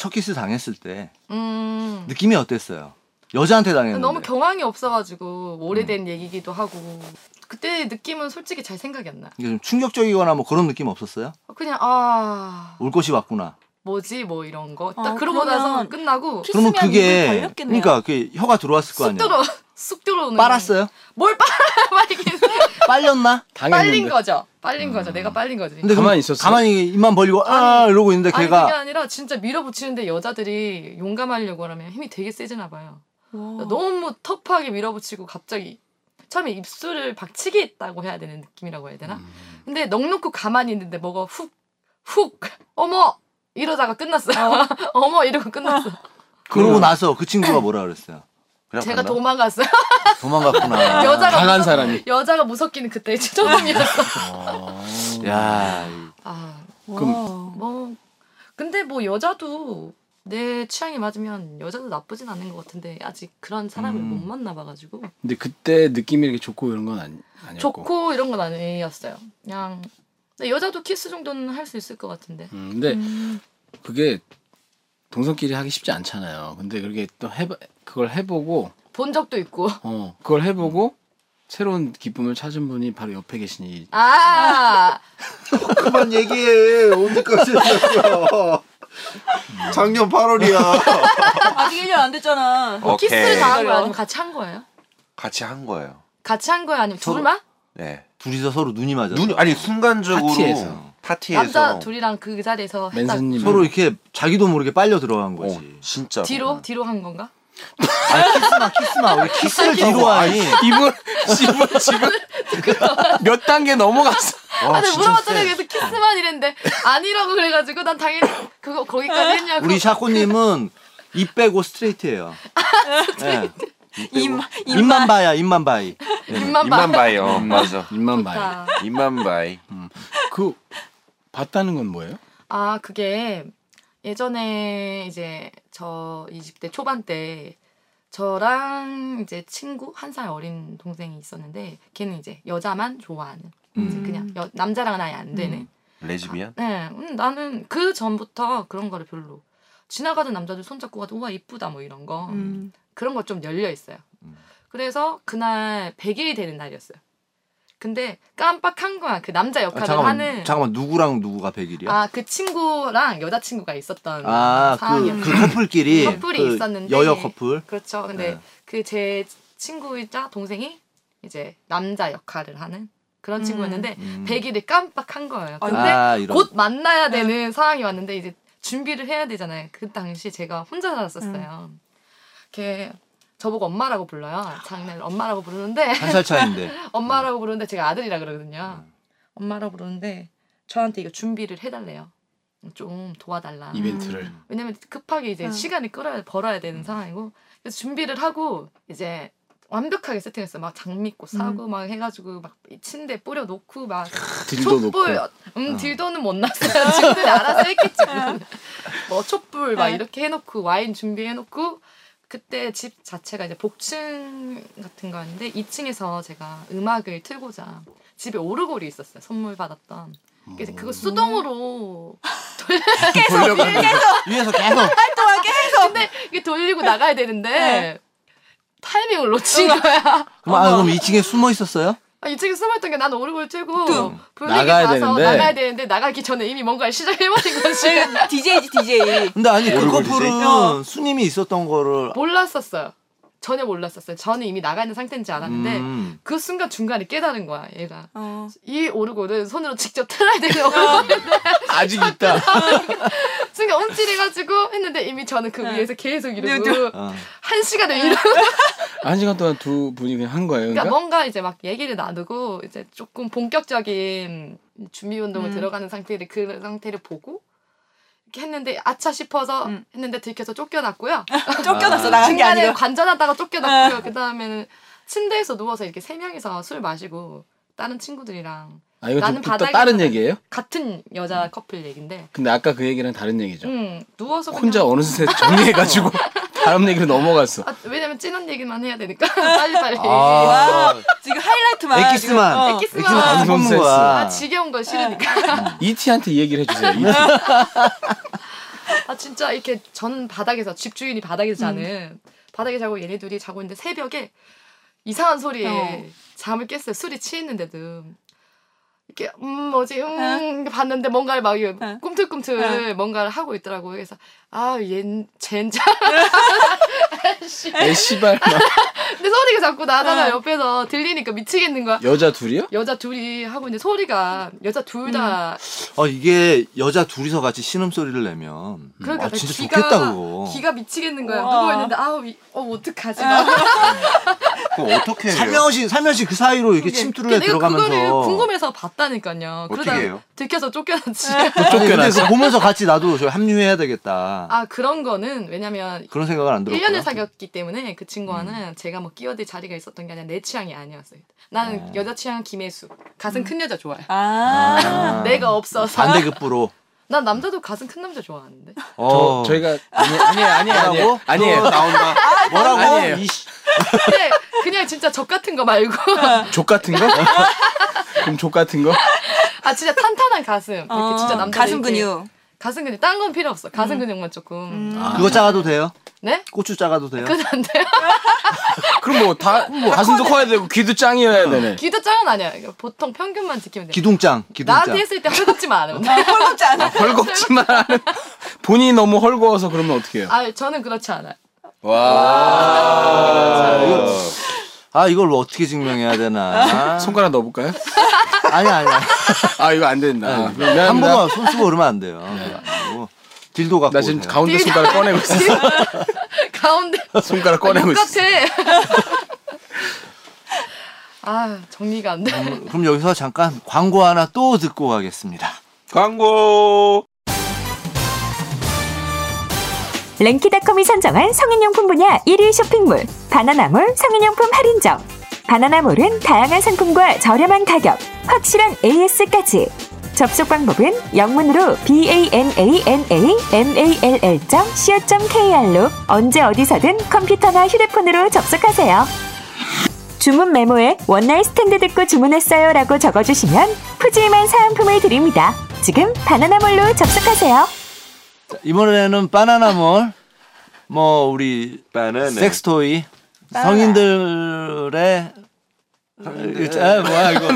Speaker 1: 첫 키스 당했을 때
Speaker 4: 음.
Speaker 1: 네. 느낌이 어땠어요? 여자한테 당했는데.
Speaker 4: 너무 경황이 없어가지고 오래된
Speaker 1: 음.
Speaker 4: 얘기기도 하고 그때 느낌은 솔직히 잘 생각이 안 나.
Speaker 1: 이게 그러니까 좀 충격적이거나 뭐 그런 느낌 없었어요?
Speaker 4: 그냥 아
Speaker 1: 올 것이 왔구나.
Speaker 4: 뭐지 뭐 이런 거. 딱
Speaker 2: 어,
Speaker 4: 그러고 나서
Speaker 2: 그러면
Speaker 4: 끝나고
Speaker 2: 키-
Speaker 1: 그러면
Speaker 2: 있으면
Speaker 1: 그게
Speaker 2: 입을 벌렸겠네요.
Speaker 1: 그러니까 그 혀가 들어왔을 거
Speaker 4: 쑥
Speaker 1: 아니야.
Speaker 4: 들어 쑥 들어오는.
Speaker 1: 빨았어요?
Speaker 4: 뭘 빨아 빨긴
Speaker 1: 빨렸나?
Speaker 4: 빨린 거죠. 빨린 거죠. 내가 빨린 거지.
Speaker 1: 음. 근데 그럼
Speaker 5: 가만히 있었어요?
Speaker 1: 가만히 입만 벌리고 아 이러고 있는데
Speaker 4: 아니
Speaker 1: 걔가
Speaker 4: 그게 아니라 진짜 밀어붙이는데 여자들이 용감하려고 하면 힘이 되게 세지나 봐요.
Speaker 5: 어.
Speaker 4: 너무 터프하게 밀어붙이고 갑자기 처음에 입술을 박치기 했다고 해야 되는 느낌이라고 해야 되나?
Speaker 5: 음.
Speaker 4: 근데 넉넉고 가만히 있는데 뭐가 훅, 훅, 어머! 이러다가 끝났어요. 어머! 이러고 끝났어.
Speaker 5: 음.
Speaker 1: 그러고 나서 그 친구가 뭐라 그랬어요?
Speaker 3: 그냥
Speaker 4: 제가
Speaker 3: 간다?
Speaker 4: 도망갔어요.
Speaker 1: 도망갔구나. 아,
Speaker 4: 여자가
Speaker 5: 아, 강한
Speaker 4: 무섭-
Speaker 5: 사람이.
Speaker 4: 여자가 무섭기는 그때 처음이었어.
Speaker 1: 야,
Speaker 4: 아,
Speaker 2: 그럼
Speaker 4: 뭐 근데 뭐 여자도 내 취향이 맞으면 여자도 나쁘진 않은 것 같은데 아직 그런 사람을
Speaker 5: 음.
Speaker 4: 못 만나 봐가지고
Speaker 5: 근데 그때 느낌이 이렇게 좋고 이런 건 아니, 아니었고.
Speaker 4: 좋고 이런 건 아니었어요. 그냥 근데 여자도 키스 정도는 할 수 있을 것 같은데
Speaker 5: 음, 근데 그게 동성끼리 하기 쉽지 않잖아요. 근데 그렇게 또 해봐, 그걸 해보고,
Speaker 4: 본 적도 있고
Speaker 5: 어, 그걸
Speaker 3: 음.
Speaker 5: 해보고, 새로운 기쁨을 찾은 분이 바로 옆에 계시니.
Speaker 4: 아
Speaker 3: 그만 얘기해. 언제까지 했어요? 작년 8월이야.
Speaker 2: 아직 1년 안 됐잖아.
Speaker 3: 어, 오케이.
Speaker 4: 음. 키스를 다 한 거예요? 아니면 같이 한 거예요?
Speaker 3: 같이 한 거예요.
Speaker 4: 같이 한 거예요? 아니면 둘만?
Speaker 3: 네.
Speaker 1: 둘이서 서로 눈이 맞아.
Speaker 3: 눈 아니 순간적으로
Speaker 5: 파티에서.
Speaker 3: 파티에서
Speaker 4: 남자 둘이랑 그 자리에서 했다.
Speaker 5: 맨손님.
Speaker 1: 서로 이렇게 자기도 모르게 빨려 들어간 거지.
Speaker 3: 어, 진짜
Speaker 4: 뒤로 뒤로 한 건가?
Speaker 1: 키스나 키스나 아, 우리
Speaker 4: 아,
Speaker 1: 키스를 뒤로 하니.
Speaker 5: 이분, 이분 지금 몇 단계 넘어갔어.
Speaker 4: 아, 내가 물어봤잖아요. 그래서 키스만 이랬는데 아니라고 그래가지고 난 당연히 그거 거기까지 했냐고.
Speaker 1: 우리 샤코님은 입 빼고 스트레이트예요. 예.
Speaker 2: 입, 입,
Speaker 1: 입만 봐야 입만 봐이.
Speaker 4: 입만 봐.
Speaker 3: 입만 봐요. 맞아.
Speaker 5: 입만 봐요.
Speaker 4: 다
Speaker 3: 입만 봐이. 음.
Speaker 5: 그, 봤다는 건 뭐예요?
Speaker 4: 아 그게 예전에 이제 저 20대 초반 때 저랑 이제 친구 한 살 어린 동생이 있었는데 걔는 이제 여자만 좋아하는
Speaker 1: 음.
Speaker 2: 음.
Speaker 4: 이제 그냥 여- 남자랑은 아예 안 되는
Speaker 3: 레즈비언?
Speaker 4: 네, 음, 나는 그 전부터 그런 거를 별로 지나가던 남자들 손잡고 가도 우와 이쁘다 뭐 이런 거
Speaker 2: 음.
Speaker 4: 그런 거 좀 열려 있어요.
Speaker 1: 음.
Speaker 4: 그래서 그날 100일이 되는 날이었어요. 근데 깜빡한 거야. 그 남자
Speaker 1: 아,
Speaker 4: 역할을
Speaker 1: 잠깐만
Speaker 4: 하는
Speaker 1: 잠깐만 누구랑 누구가 백일이야?
Speaker 4: 아 그 친구랑 여자 친구가 있었던
Speaker 1: 예? 아그
Speaker 4: 상황이었어요.
Speaker 1: 그 커플끼리
Speaker 4: 커플이
Speaker 1: 그
Speaker 4: 있었는데
Speaker 1: 여여 커플.
Speaker 4: 그렇죠. 근데
Speaker 1: 네.
Speaker 4: 그 제 친구이자 동생이 이제 남자 역할을 하는 그런
Speaker 2: 음.
Speaker 4: 친구였는데
Speaker 1: 음.
Speaker 4: 100일을 깜빡한 거예요.
Speaker 2: 아이고. 네.
Speaker 4: 근데
Speaker 1: 아 이런.
Speaker 4: 곧 만나야 되는 상황이 왔는데 이제 준비를 해야 되잖아요. 그 당시 제가 혼자 살았었어요.
Speaker 2: 음.
Speaker 4: 걔 저보고 엄마라고 불러요. 장난을 엄마라고 부르는데
Speaker 1: 한 살 차인데.
Speaker 4: 엄마라고 부르는데 제가 아들이라 그러거든요.
Speaker 1: 음.
Speaker 4: 엄마라고 부르는데 저한테 이거 준비를 해달래요. 좀 도와달라.
Speaker 5: 음. 이벤트를.
Speaker 4: 왜냐면 급하게 이제
Speaker 2: 응.
Speaker 4: 시간을 끌어야 벌어야 되는 상황이고 그래서 준비를 하고 이제 완벽하게 세팅했어요. 막 장미꽃 사고 막 해가지고 막이 침대 뿌려놓고 막
Speaker 5: 딜도 놓고.
Speaker 4: 촛불 음
Speaker 1: 어.
Speaker 4: 딜도는 못 났어요. 친구들이 알아서 했겠지. 물론. 뭐 촛불 막
Speaker 2: 응.
Speaker 4: 이렇게 해놓고 와인 준비해놓고 그때 집 자체가 이제 복층 같은 거였는데 2층에서 제가 음악을 틀고자 집에 오르골이 있었어요. 선물 받았던. 그래서
Speaker 1: 음.
Speaker 4: 그거 수동으로
Speaker 1: 위에서 계속
Speaker 2: 활동하게 해서. 근데
Speaker 4: 이게 돌리고 나가야 되는데 타이밍을 놓친 거야.
Speaker 1: 그럼 아 그럼 2층에 숨어 있었어요?
Speaker 4: 아, 이쪽에 숨어있던 게 나는 오르골 쬐고 불리기
Speaker 5: 나가야
Speaker 4: 가서
Speaker 5: 되는데.
Speaker 4: 나가야 되는데 나가기 전에 이미 뭔가를 시작해버린 거지.
Speaker 2: DJ지, DJ.
Speaker 1: 근데 아니 그
Speaker 3: 모르고
Speaker 4: 어.
Speaker 1: 커플은 수님이 있었던
Speaker 4: 뭐,
Speaker 1: 거를
Speaker 4: 몰랐었어요. 전혀 몰랐었어요. 저는 이미 나가 있는 상태인지 알았는데
Speaker 1: 음.
Speaker 4: 그 순간 중간에 깨달은 거야 얘가.
Speaker 2: 어.
Speaker 4: 이 오르골을 손으로 직접 틀어야 되는 오르골인데 그러니까
Speaker 5: 아직 있다.
Speaker 4: 순간 움찔해가지고 했는데 이미 저는 그 위에서 계속
Speaker 2: 네,
Speaker 4: 이러고
Speaker 1: 어.
Speaker 4: 한 시간을 이러고
Speaker 5: 아, 한 시간 동안 두 분이 그냥 한 거예요.
Speaker 4: 그러니까
Speaker 5: 그러니까?
Speaker 4: 뭔가 이제 막 얘기를 나누고 이제 조금 본격적인 준비 운동을
Speaker 2: 음.
Speaker 4: 들어가는 상태를 그 상태를 보고 이렇게 했는데 아차 싶어서
Speaker 2: 음.
Speaker 4: 했는데 들켜서 쫓겨났고요.
Speaker 2: 쫓겨났어, 나간 게
Speaker 4: 중간에
Speaker 2: 아니라.
Speaker 4: 관전하다가 쫓겨났고요. 그 다음에는 침대에서 누워서 이렇게 세 명이서 술 마시고 다른 친구들이랑
Speaker 5: 아, 이거
Speaker 4: 나는
Speaker 5: 또, 또
Speaker 4: 바닥에
Speaker 5: 다른
Speaker 4: 있는-
Speaker 5: 얘기예요?
Speaker 4: 같은 여자 커플 얘긴데
Speaker 5: 근데 아까 그 얘기랑 다른 얘기죠.
Speaker 4: 음, 누워서 그냥-
Speaker 5: 혼자 어느새 정리해가지고 다음 얘기로 넘어갔어.
Speaker 4: 아, 왜냐면 찐한 얘기만 해야 되니까 빨리빨리 아,
Speaker 1: 아,
Speaker 2: 지금 하이라이트만.
Speaker 1: 엑기스만.
Speaker 2: 지금, 어.
Speaker 4: 키스만
Speaker 1: 이렇게 안
Speaker 5: 방송
Speaker 1: 뽑는 거야.
Speaker 4: 아, 지겨운 건 싫으니까
Speaker 5: E 이티한테 얘기를 해주세요. E 이티.
Speaker 4: 아 진짜 이렇게 전 바닥에서
Speaker 2: 음.
Speaker 4: 집주인이 바닥에서 자는 바닥에 자고 얘네 둘이 자고 있는데 새벽에 이상한 소리에
Speaker 2: 어.
Speaker 4: 잠을 깼어요 술이 취했는데도 이렇게 음 뭐지 음
Speaker 2: 어?
Speaker 4: 봤는데 뭔가를 막 이렇게
Speaker 2: 응. 어.
Speaker 4: 꿈틀꿈틀
Speaker 2: 응.
Speaker 4: 아, 뭔가를 하고 있더라고요 그래서 아얜젠자 씨.
Speaker 5: 내 씨발 막
Speaker 4: 근데 소리가 자꾸
Speaker 2: 어.
Speaker 4: 나잖아 옆에서 들리니까 미치겠는 거야.
Speaker 5: 여자 둘이야?
Speaker 4: 여자 둘이 하고 있는데 소리가 여자 둘
Speaker 2: 음.
Speaker 4: 다
Speaker 1: 어 이게 여자 둘이서 같이 신음 소리를 내면
Speaker 4: 그러니까
Speaker 1: 아, 진짜
Speaker 4: 기가,
Speaker 1: 좋겠다 그거.
Speaker 4: 기가 미치겠는 거야.
Speaker 2: 우와.
Speaker 4: 누워 있는데 아우 이- 어 어떡하지? 막
Speaker 3: 그럼 어떻게
Speaker 1: 네.
Speaker 3: 해요?
Speaker 1: 살며시 살며시 그 사이로 이렇게
Speaker 4: 이게-
Speaker 1: 침투를 해
Speaker 4: 내가 그거를
Speaker 1: 들어가면서.
Speaker 4: 궁금해서 봤다니까요.
Speaker 3: 어떻게
Speaker 4: 그러다
Speaker 3: 해요?
Speaker 4: 들켜서 쫓겨났지.
Speaker 2: 네.
Speaker 1: 아니, 근데 그거 보면서 같이 나도 저 합류해야 되겠다.
Speaker 4: 아 그런 거는 왜냐면
Speaker 1: 그런 생각을 안 들었고.
Speaker 4: 1년을 사귀었기 때문에 그 친구와는 제가 뭐 끼어들 자리가 있었던 게 아니라 내 취향이 아니었어요. 나는 여자 취향 김혜수.
Speaker 2: 음.
Speaker 4: 가슴 큰 여자 좋아해.
Speaker 2: 아.
Speaker 4: 내가 없어서.
Speaker 3: 그-
Speaker 1: 반대급부로.
Speaker 4: 난 남자도 가슴 큰 남자 좋아하는데.
Speaker 1: 어.
Speaker 5: 저, 희가 아니 아니에요 아니에요 아니에요
Speaker 1: 뭐라고?
Speaker 5: 아니에요
Speaker 1: 또 나온다. 뭐라고?
Speaker 5: 아니에요.
Speaker 1: 이씨.
Speaker 4: 근데 그냥 진짜 적 같은 거 말고
Speaker 5: 족 같은 거? 그럼 족 같은 거?
Speaker 4: 아 진짜 탄탄한 가슴. 이렇게
Speaker 2: 어,
Speaker 4: 진짜 남자
Speaker 2: 가슴 근육. 음.
Speaker 4: 가슴 근육. 딴 건 필요 없어. 가슴 근육만 조금.
Speaker 1: 그거 작아도 돼요?
Speaker 4: 네?
Speaker 1: 고추 작아도 돼요?
Speaker 4: 그건 안 돼요.
Speaker 5: 그럼 뭐다 뭐 가슴도 커야 되고 귀도 짱이어야 되네.
Speaker 4: 귀도 짱은 아니야. 이거 보통 평균만 지키면 돼.
Speaker 1: 기둥짱, 기둥짱.
Speaker 4: 나한테 했을 때 헐겁지만 않으면
Speaker 2: 어.
Speaker 4: 돼.
Speaker 2: 헐겁지
Speaker 5: 어.
Speaker 2: 않아.
Speaker 5: 헐겁지만 본인이 너무 헐거워서 그러면 어떻게 해요?
Speaker 4: 아 저는 그렇지 않아요.
Speaker 1: 아 이걸 어떻게 증명해야 되나?
Speaker 5: 손가락 넣어볼까요?
Speaker 1: 아니 아니.
Speaker 5: 아 이거 안 된다. 미안합니다.
Speaker 1: 한 번만 손 쓰고 그러면 안 돼요. 그래가지고 딜도 갖고
Speaker 5: 나 지금
Speaker 1: 오세요.
Speaker 5: 가운데 손가락 꺼내고 있어.
Speaker 4: 가운데
Speaker 5: 손가락 꺼내고 있어.
Speaker 4: 똑같아. 아 정리가 안 돼.
Speaker 1: 음, 그럼 여기서 잠깐 광고 하나 또 듣고 가겠습니다.
Speaker 9: 광고.
Speaker 10: 랭키닷컴이 선정한 성인용품 분야 1위 쇼핑몰 바나나몰 성인용품 할인점 바나나몰은 다양한 상품과 저렴한 가격, 확실한 AS까지 접속 방법은 영문으로 bananamal.co.kr로 언제 어디서든 컴퓨터나 휴대폰으로 접속하세요. 주문 메모에 원나잇 스탠드 듣고 주문했어요 라고 적어주시면 푸짐한 사은품을 드립니다. 지금 바나나몰로 접속하세요.
Speaker 1: 자, 이번에는 바나나몰 뭐 우리
Speaker 3: 바나나.
Speaker 1: 섹스토이 성인들의 아, 뭐야 이거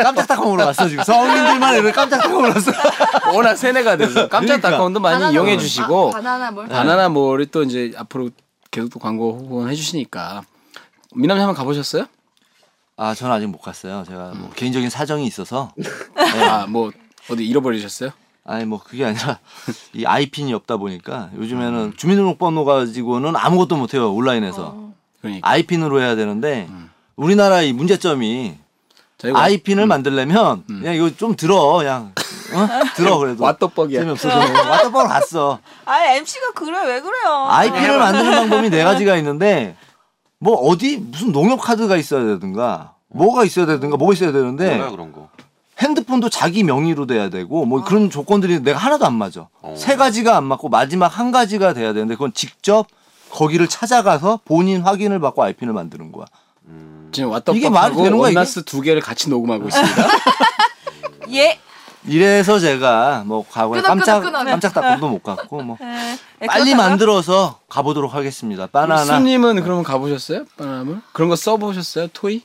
Speaker 1: 깜짝딱콩으로 왔어 지금 성인들만 이렇게 깜짝딱콩으로 왔어
Speaker 5: 워낙 세뇌가 돼서 깜짝
Speaker 1: 그러니까.
Speaker 5: 닷컴도 많이 이용해 주시고
Speaker 4: 아, 바나나 뭘?
Speaker 5: 바나나 몰이 또 이제 앞으로 계속 또 광고 후원해 주시니까 미남이 한번 가보셨어요?
Speaker 1: 아 저는 아직 못 갔어요 제가 뭐 개인적인 사정이 있어서
Speaker 5: 아 뭐 어디 잃어버리셨어요?
Speaker 1: 아니 뭐 그게 아니라 이 아이핀이 없다 보니까 요즘에는 주민등록번호 가지고는 아무것도 못해요 온라인에서
Speaker 5: 그러니까
Speaker 1: 아이핀으로 해야 되는데 우리나라 이 문제점이
Speaker 5: 자, 이거
Speaker 1: 아이핀을 만들려면 그냥 이거 좀 들어 그냥 어? 들어 그래도
Speaker 5: 음. 왓더뻑이야.
Speaker 1: 재미없어 왓더뻑으로 갔어
Speaker 2: 아 MC가 그래 왜 그래요?
Speaker 1: 아이핀을 만드는 방법이 네 가지가 있는데 뭐 어디 무슨 농협 카드가 있어야 되든가 뭐가 있어야 되든가 뭐가 있어야 되는데
Speaker 3: 뭐야 그런 거.
Speaker 1: 핸드폰도 자기 명의로 돼야 되고 뭐 그런 조건들이 내가 하나도 안 맞아.
Speaker 5: 어.
Speaker 1: 세 가지가 안 맞고 마지막 한 가지가 돼야 되는데 그건 직접 거기를 찾아가서 본인 확인을 받고 아이핀을 만드는 거야.
Speaker 5: 지금
Speaker 1: 이게 말이
Speaker 5: 왓더뻑하고
Speaker 1: 되는 거야, 이게?
Speaker 5: 원나스 두 개를 같이 녹음하고 있습니다.
Speaker 2: 예.
Speaker 1: 이래서 제가 뭐 과거에
Speaker 4: 끊어, 끊어,
Speaker 1: 깜짝
Speaker 4: 끊어.
Speaker 1: 깜짝 닭도 못 갔고 뭐
Speaker 2: 예,
Speaker 1: 빨리
Speaker 2: 그렇다고요?
Speaker 1: 만들어서 가보도록 하겠습니다. 바나나
Speaker 5: 수님은 그러면 가보셨어요? 바나나 그런 거 써보셨어요? 토이?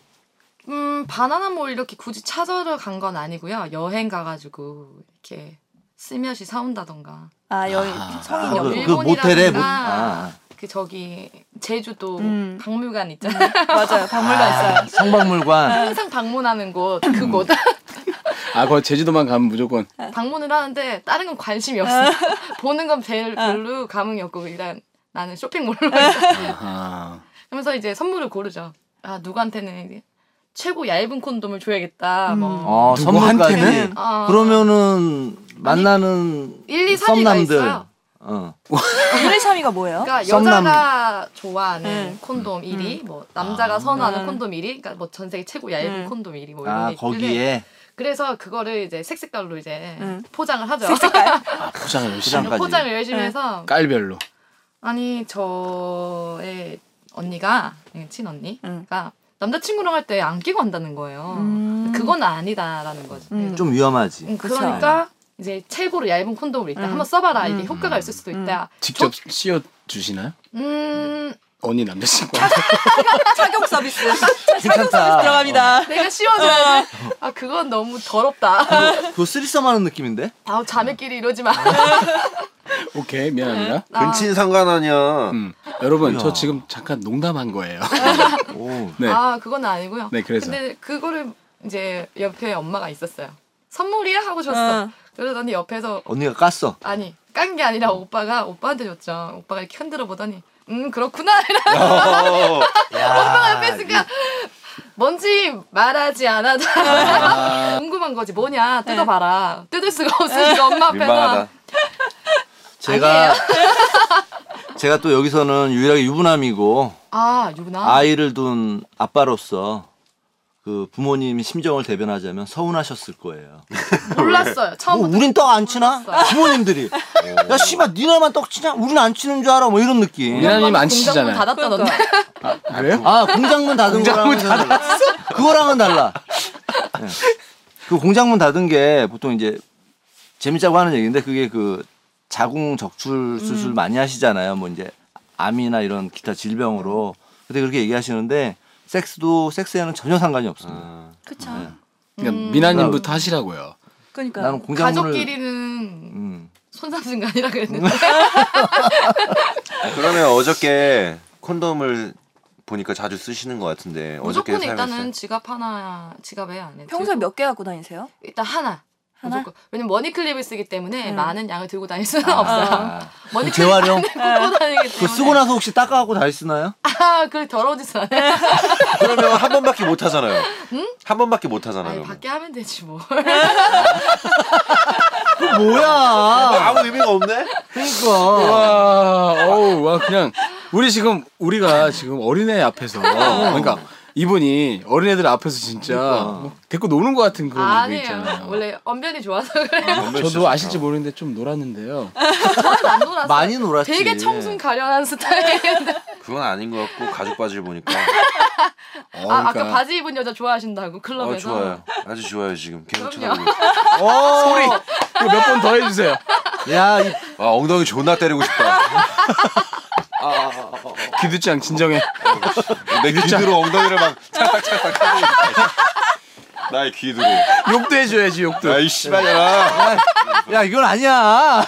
Speaker 4: 음 바나나 몰 이렇게 굳이 찾으러 간 건 아니고요. 여행 가가지고 이렇게 스며시 사온다던가. 뭐
Speaker 2: 아 여기 성인
Speaker 1: 그,
Speaker 2: 역.
Speaker 1: 그
Speaker 4: 일본이라든가.
Speaker 1: 모텔에
Speaker 5: 뭐,
Speaker 1: 문- 아.
Speaker 4: 그 저기 제주도
Speaker 2: 음.
Speaker 4: 박물관 있잖아요.
Speaker 2: 맞아요. 박물관 있어요.
Speaker 1: 성박물관
Speaker 4: 항상 방문하는 곳 그곳
Speaker 5: 음. 아, 거기 제주도만 가면 무조건.
Speaker 4: 방문을 하는데 다른 건 관심이 없어. 보는 건
Speaker 2: 어.
Speaker 4: 별, 별로 감흥이 없고 일단 나는 쇼핑몰로 있어.
Speaker 5: 아,
Speaker 4: 그러면서 이제 선물을 고르죠. 아 누구한테는 이제 최고 얇은 콘돔을 줘야겠다.
Speaker 2: 음.
Speaker 4: 뭐
Speaker 1: 어,
Speaker 5: 누구한테는?
Speaker 1: 선물까지.
Speaker 4: 아.
Speaker 1: 그러면은 만나는
Speaker 4: 1, 2, 3위가
Speaker 1: 썸남들
Speaker 4: 있어요.
Speaker 1: 어.
Speaker 2: 1, 2, 3위가 뭐예요?
Speaker 4: 그러니까
Speaker 1: 썸남. 아.
Speaker 4: 여자가 좋아하는
Speaker 2: 음.
Speaker 4: 콘돔 1위, 뭐 남자가 선호하는
Speaker 2: 음.
Speaker 4: 콘돔 1위, 그러니까 뭐 전 세계 최고 얇은
Speaker 2: 음.
Speaker 4: 콘돔 1위 뭐 이런
Speaker 1: 아
Speaker 4: 게 있길래
Speaker 1: 거기에
Speaker 4: 그래서 그거를 이제 색색깔로 이제
Speaker 2: 음.
Speaker 4: 포장을 하죠.
Speaker 5: 포장을 열심히.
Speaker 1: 아, 포장까지
Speaker 4: 포장을 열심히
Speaker 2: 네.
Speaker 4: 해서
Speaker 5: 깔별로.
Speaker 4: 아니 저의 언니가 예, 친언니가
Speaker 2: 음.
Speaker 4: 남자친구랑 할 때 안 끼고 한다는 거예요.
Speaker 2: 음.
Speaker 4: 그건 아니다라는 거지.
Speaker 2: 음.
Speaker 1: 좀 위험하지.
Speaker 4: 음,
Speaker 2: 그쵸.
Speaker 4: 그러니까 이제 최고로 얇은 콘돔을 일단
Speaker 2: 음.
Speaker 4: 한번 써봐라 이게
Speaker 2: 음.
Speaker 4: 효과가 있을 수도 있다.
Speaker 5: 직접 씌워주시나요?
Speaker 4: 음
Speaker 5: 언니 남자친구한테
Speaker 2: 착용 서비스. 착용 서비스 들어갑니다.
Speaker 4: 내가 씌워줘야 돼. 아 그건 너무 더럽다.
Speaker 1: 그거 쓰리썸 하는 느낌인데?
Speaker 4: 아 자매끼리 이러지 마. 아,
Speaker 5: 오케이 미안합니다.
Speaker 3: 근친 상관 아니야.
Speaker 5: 음, 여러분 저 지금 잠깐 농담한
Speaker 1: 아,
Speaker 5: 거예요.
Speaker 1: 오.
Speaker 5: 네.
Speaker 4: 아 그건 아니고요.
Speaker 5: 네, 그래서.
Speaker 4: 근데 그거를 이제 옆에 엄마가 있었어요. 선물이야 하고 줬어.
Speaker 2: 어.
Speaker 4: 그러더니 옆에서
Speaker 1: 언니가 깠어.
Speaker 4: 아니 깐 게 아니라 오빠가 오빠한테 줬죠. 오빠가 이렇게 흔들어 보더니 음 그렇구나. 오빠가 옆에 있으니까 뭔지 말하지 않아도 궁금한 거지 뭐냐 뜯어봐라. 뜯을 수가 없으니까 엄마 앞에서
Speaker 3: 민망하다.
Speaker 1: 제가 제가 또 여기서는 유일하게 유부남이고
Speaker 4: 아 유나
Speaker 1: 아이를 둔 아빠로서 그 부모님 심정을 대변하자면 서운하셨을 거예요.
Speaker 4: 아, 몰랐어요
Speaker 1: 뭐,
Speaker 4: 처음부터.
Speaker 1: 우린 떡 안
Speaker 4: 아,
Speaker 1: 치나? 부모님들이 야 씨발 니네만 떡 치냐? 우린 안 치는 줄 알아? 뭐 이런 느낌.
Speaker 5: 미나님 안
Speaker 4: 공장문
Speaker 5: 치시잖아요.
Speaker 2: 그러니까.
Speaker 4: 닫았다 넌.
Speaker 5: 그래요?
Speaker 1: 아 공장문 닫은 거랑은 달라. 그거랑은 달라. 예. 그 공장문 닫은 게 보통 이제 재밌자고 하는 얘기인데 그게 그 자궁 적출
Speaker 2: 음.
Speaker 1: 수술 많이 하시잖아요. 뭐 이제 암이나 이런 기타 질병으로 그때 그렇게 얘기하시는데 섹스도 섹스에는 전혀 상관이 없습니다.
Speaker 2: 그쵸.
Speaker 5: 그러니까
Speaker 1: 음.
Speaker 5: 미나님부터 하시라고요.
Speaker 2: 네. 그러니까.
Speaker 1: 나는 공장문을
Speaker 4: 가족끼리는
Speaker 1: 음.
Speaker 4: 손삼순 간이라 그랬는데
Speaker 3: 그러면 어저께 콘돔을 보니까 자주 쓰시는 것 같은데 어저께
Speaker 4: 무조건
Speaker 3: 사용했어요?
Speaker 4: 일단은 지갑 하나 지갑에 안에
Speaker 2: 평소에
Speaker 4: 들고
Speaker 2: 몇 개 갖고 다니세요?
Speaker 4: 일단 하나
Speaker 2: 하나?
Speaker 4: 무조건 왜냐면 머니클립을 쓰기 때문에
Speaker 2: 음.
Speaker 4: 많은 양을 들고 다닐 수는 없어요
Speaker 1: 아,
Speaker 4: 머니클립
Speaker 1: 재활용?
Speaker 4: 안에 꽂고 다니기 때문에
Speaker 1: 그거 쓰고 나서 혹시 닦아하고 다시 쓰나요?
Speaker 4: 아 그걸 더러운 짓을 안 해.
Speaker 3: 그러면 한 번밖에 못 하잖아요. 한 번밖에 못 하잖아요.
Speaker 4: 아니 밖에 하면 되지 뭐
Speaker 1: 뭐야?
Speaker 3: 아무 의미가 없네.
Speaker 5: 와, 어우, 와, 그냥, 우리 지금, 우리가 지금 어린애 앞에서, 그러니까, 이분이 어린애들 앞에서 진짜,
Speaker 1: 그러니까.
Speaker 5: 뭐 데리고 노는 것 같은 그런 느낌
Speaker 4: 아니에요
Speaker 5: 있잖아요.
Speaker 4: 원래 언변이 좋아서 그래요
Speaker 5: 저도 아실지 모르는데 좀 놀았는데요.
Speaker 4: 안 놀았어요
Speaker 1: 많이 놀았지.
Speaker 4: 되게 청순 가련한 스타일인데
Speaker 3: 그건 아닌 것 같고 가죽 바지를 보니까
Speaker 5: 어,
Speaker 4: 아 아까
Speaker 5: 그러니까
Speaker 4: 바지 입은 여자 좋아하신다고
Speaker 3: 어
Speaker 4: 클럽에서
Speaker 3: 좋아요. 아주 좋아요 지금 계속
Speaker 4: 그럼요.
Speaker 3: 쳐다보고. 있어요.
Speaker 1: 소리.
Speaker 5: 몇 번 더 해주세요.
Speaker 1: 야, 이
Speaker 3: 아 엉덩이 존나 때리고 싶다.
Speaker 5: 기두짱 진정해.
Speaker 3: 내 귀두로 엉덩이를 막 찰싹찰싹 하고 있다. 나의 귀두로.
Speaker 5: 욕도 해줘야지, 욕도.
Speaker 3: 야이 씨발년아.
Speaker 1: 야 이건 아니야.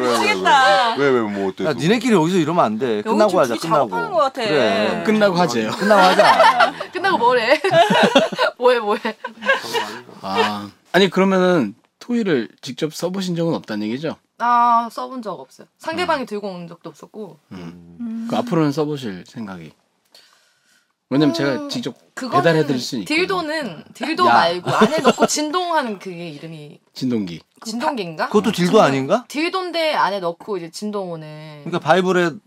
Speaker 2: 미치겠다.
Speaker 3: 왜왜뭐 어때?
Speaker 1: 야, 니네끼리 여기서 이러면 안 돼.
Speaker 2: 여기
Speaker 1: 끝나고
Speaker 2: 좀
Speaker 1: 하자.
Speaker 2: 둘이 작업하는
Speaker 1: 끝나고.
Speaker 2: 것 같아.
Speaker 1: 그래.
Speaker 5: 끝나고 하재요.
Speaker 1: 끝나고 하자.
Speaker 4: 끝나고 뭐래 뭐해 뭐해
Speaker 5: 아, 아니, 그러면은, 토이를 직접 써보신 적은 없다는 얘기죠?
Speaker 4: 아 써본 적 없어요 상대방이 들고 온 적도 없었고
Speaker 5: 그 앞으로는 써보실 생각이. 왜냐면 제가 직접
Speaker 4: 음, 그거는
Speaker 5: 배달해드릴 수 있고.
Speaker 4: 딜도는 딜도 말고 안에 넣고 진동하는 그게 이름이
Speaker 5: 진동기.
Speaker 4: 진동기인가?
Speaker 1: 그것도 딜도 아닌가?
Speaker 4: 딜도인데 안에 넣고 이제 진동 오는.
Speaker 1: 그러니까 바이브레타를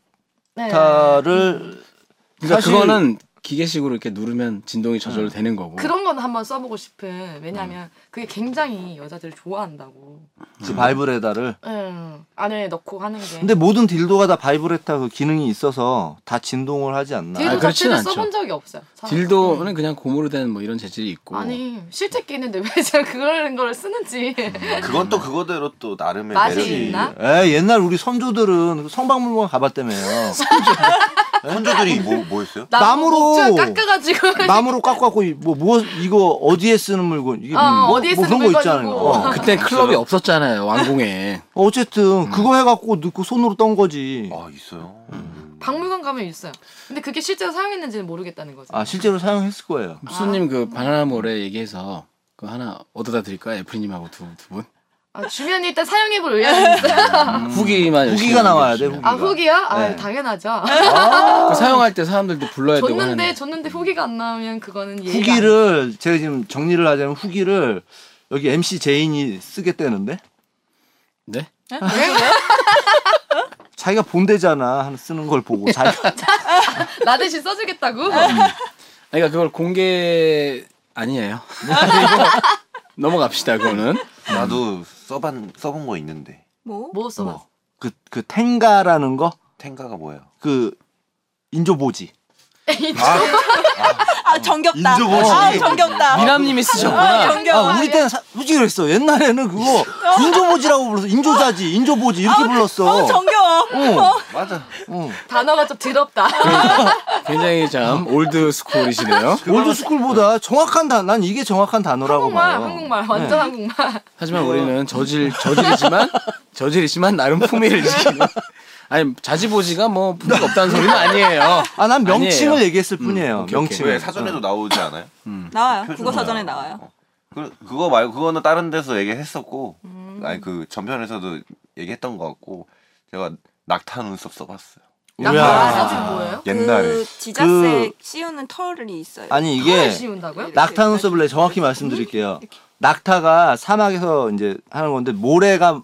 Speaker 4: 네.
Speaker 2: 음.
Speaker 5: 그러니까
Speaker 1: 사실-
Speaker 5: 그거는 기계식으로 이렇게 누르면 진동이
Speaker 1: 음.
Speaker 5: 저절로 되는 거고.
Speaker 4: 그런 건 한번 써보고 싶은 왜냐하면 그게 굉장히 여자들을 좋아한다고.
Speaker 1: 그 바이브레타를.
Speaker 4: 응. 안에 넣고 하는 게.
Speaker 1: 근데 모든 딜도가 다 바이브레타 그 기능이 있어서 다 진동을 하지 않나?
Speaker 4: 딜도
Speaker 5: 아, 그렇진
Speaker 4: 자체를
Speaker 5: 않죠.
Speaker 4: 써본 적이 없어요. 사람.
Speaker 5: 딜도는 그냥 고무로 된 뭐 이런 재질이 있고.
Speaker 4: 아니 실제 끼는데 왜 제가 그런 걸 쓰는지.
Speaker 1: 음.
Speaker 3: 그건 또 그거대로 또 나름의
Speaker 4: 맛이
Speaker 3: 매력이.
Speaker 4: 있나?
Speaker 1: 에 예, 옛날 우리 선조들은 그 성박물관 가봤다며요.
Speaker 3: 선조들이 뭐 뭐였어요?
Speaker 1: 나무로!
Speaker 4: 목줄 깎아가지고.
Speaker 1: 나무로 깎고 뭐, 뭐 이거 어디에 쓰는 물건 이게
Speaker 4: 어,
Speaker 1: 뭐,
Speaker 4: 어디에
Speaker 1: 뭐
Speaker 4: 쓰는
Speaker 1: 그런 거
Speaker 4: 물건이고.
Speaker 1: 있잖아요. 어.
Speaker 5: 그때 클럽이 없었잖아요 왕궁에.
Speaker 1: 어쨌든 그거 해갖고 넣고 손으로 떤 거지.
Speaker 3: 아 있어요.
Speaker 4: 박물관 가면 있어요. 근데 그게 실제로 사용했는지는 모르겠다는 거죠.
Speaker 1: 아 실제로 사용했을 거예요.
Speaker 4: 아.
Speaker 5: 수님 그 바나나몰에 얘기해서 그 하나 얻어다 드릴까요 애플님하고 두 두 분.
Speaker 4: 아, 주면 일단 사용해볼 의향이 있어요.
Speaker 5: 후기만 열심히
Speaker 1: 후기가 나와야 돼.
Speaker 5: 남겨주시면.
Speaker 1: 후기가.
Speaker 4: 아 후기야?
Speaker 1: 네.
Speaker 4: 아 당연하죠.
Speaker 5: 그 사용할 때 사람들도 불러야 되고
Speaker 4: 줬는데
Speaker 5: 하는데.
Speaker 4: 줬는데 후기가 안 나오면 그거는 예의가
Speaker 1: 후기를 제가 지금 정리를 하자면 후기를 여기 MC 제인이 쓰겠다는데
Speaker 5: 네?
Speaker 1: 자기가 본대잖아 하는 쓰는 걸 보고 자기가
Speaker 4: 안- 나 대신 써주겠다고?
Speaker 5: 아니, 그러니까 그걸 공개 아니에요. 넘어갑시다 그거는.
Speaker 3: 나도 써본 써본 거 있는데
Speaker 2: 뭐?
Speaker 4: 뭐 써? 뭐.
Speaker 1: 그 그 텐가라는
Speaker 3: 텐가가 뭐예요?
Speaker 1: 거 그 인조보지
Speaker 2: 아 정겹다.
Speaker 1: 인조 보시.
Speaker 2: 아 정겹다.
Speaker 5: 미남님이 쓰셨구나.
Speaker 2: 아, 정겨워.
Speaker 1: 아, 우리
Speaker 4: 예.
Speaker 1: 때는 사- 솔직히 그랬어. 옛날에는 그거
Speaker 4: 어.
Speaker 1: 인조보지라고 불렀어. 인조자지, 인조보지
Speaker 4: 아,
Speaker 1: 이렇게 불렀어.
Speaker 2: 어 정겨워. 어.
Speaker 3: 맞아.
Speaker 1: 어.
Speaker 4: 단어가 좀 더럽다.
Speaker 1: 아,
Speaker 5: 굉장히 참 올드 스쿨이시네요.
Speaker 1: 어? 올드스쿨보다 정확한 단, 난 이게 정확한 단어라고
Speaker 4: 아, 한국말,
Speaker 1: 봐요.
Speaker 4: 한국말, 완전
Speaker 1: 네.
Speaker 4: 한국말.
Speaker 5: 하지만 우리는 저질 저질이지만 저질이지만 나름 품위를 지키는. 아니 자지보지가 뭐 품위가 없다는 소리는 아니에요.
Speaker 1: 아, 난 명칭을
Speaker 5: 아니에요. 음,
Speaker 1: 얘기했을 뿐이에요.
Speaker 5: 오케이, 오케이.
Speaker 1: 명칭.
Speaker 3: 왜 사전에도 나오지 않아요?
Speaker 2: 나와요.
Speaker 3: 표준
Speaker 2: 국어 사전에
Speaker 3: 언어야.
Speaker 2: 나와요.
Speaker 3: 어. 그, 그거 말고 그거는 다른 데서 얘기했었고
Speaker 4: 음.
Speaker 3: 아니 그 전편에서도 얘기했던 것 같고 제가 낙타 눈썹 써봤어요.
Speaker 4: 낙타는 뭐예요?
Speaker 3: 옛날에
Speaker 2: 그 지자색 씌우는 털이 있어요.
Speaker 1: 아니
Speaker 4: 털을
Speaker 1: 이게
Speaker 4: 씌운다고요?
Speaker 1: 낙타 눈썹을 내가 정확히 말씀드릴게요. 낙타가 사막에서 이제 하는 건데 모래가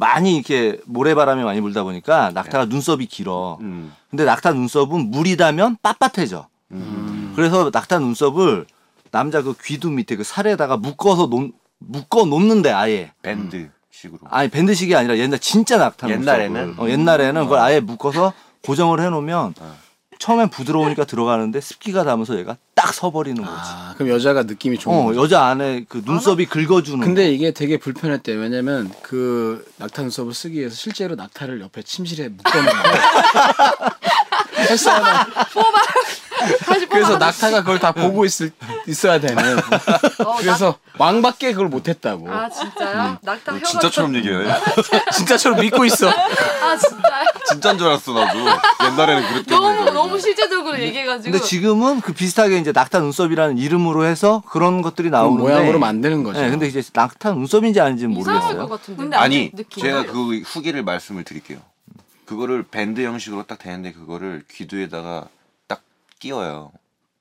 Speaker 1: 많이 이렇게 모래바람이 많이 불다 보니까 낙타가
Speaker 5: 네.
Speaker 1: 눈썹이 길어.
Speaker 3: 음.
Speaker 1: 근데 낙타 눈썹은 물이다면 빳빳해져.
Speaker 5: 음.
Speaker 1: 그래서 낙타 눈썹을 남자 그 귀두 밑에 그 살에다가 묶어서 놓, 묶어 놓는데 아예.
Speaker 3: 음. 밴드식으로
Speaker 1: 아니 밴드식이 아니라 옛날 진짜 낙타
Speaker 3: 옛날에는?
Speaker 1: 눈썹을. 어, 옛날에는
Speaker 5: 음.
Speaker 1: 그걸 아예 묶어서 고정을 해놓으면
Speaker 5: 아.
Speaker 1: 처음엔 부드러우니까 들어가는데 습기가 닿으면서 얘가 딱 서버리는 거지.
Speaker 5: 아, 그럼 여자가 느낌이 좋은
Speaker 1: 어,
Speaker 5: 거죠.
Speaker 1: 여자 안에
Speaker 4: 아,
Speaker 1: 그 눈썹이 긁어주는.
Speaker 5: 근데 이게 되게 불편했대. 왜냐면 그 낙타 눈썹을 쓰기 위해서 실제로 낙타를 옆에 침실에 묶어놓은 거야. 했어. 그래서 낙타가 그걸 다 보고 있을, 있어야 되는.
Speaker 4: 어,
Speaker 5: 그래서 왕밖에 그걸 못했다고.
Speaker 4: 낙- 아 진짜요?
Speaker 1: 음.
Speaker 4: 낙타 혀가
Speaker 3: 어, 진짜처럼
Speaker 4: 좀-
Speaker 3: 얘기해.
Speaker 5: 진짜처럼 믿고
Speaker 4: 아
Speaker 5: 있어.
Speaker 4: 진짜요?
Speaker 3: 진짜인 줄 알았어 나도. 옛날에는 그랬겠는데.
Speaker 4: 너무 너무 실제적으로 얘기해가지고.
Speaker 1: 근데 지금은 그 비슷하게 이제 낙타 눈썹이라는 이름으로 해서 그런 것들이
Speaker 5: 그
Speaker 1: 나오는데
Speaker 5: 모양으로 만드는 거죠.
Speaker 1: 네, 근데 이제 낙타 눈썹인지 아닌지는
Speaker 4: 이상할 것
Speaker 1: 모르겠어요.
Speaker 4: 같은데.
Speaker 2: 근데
Speaker 3: 아니
Speaker 4: 느낌.
Speaker 3: 제가 그 후기를 말씀을 드릴게요. 그거를 밴드 형식으로 딱 되는데 그거를 귀두에다가 딱 끼워요.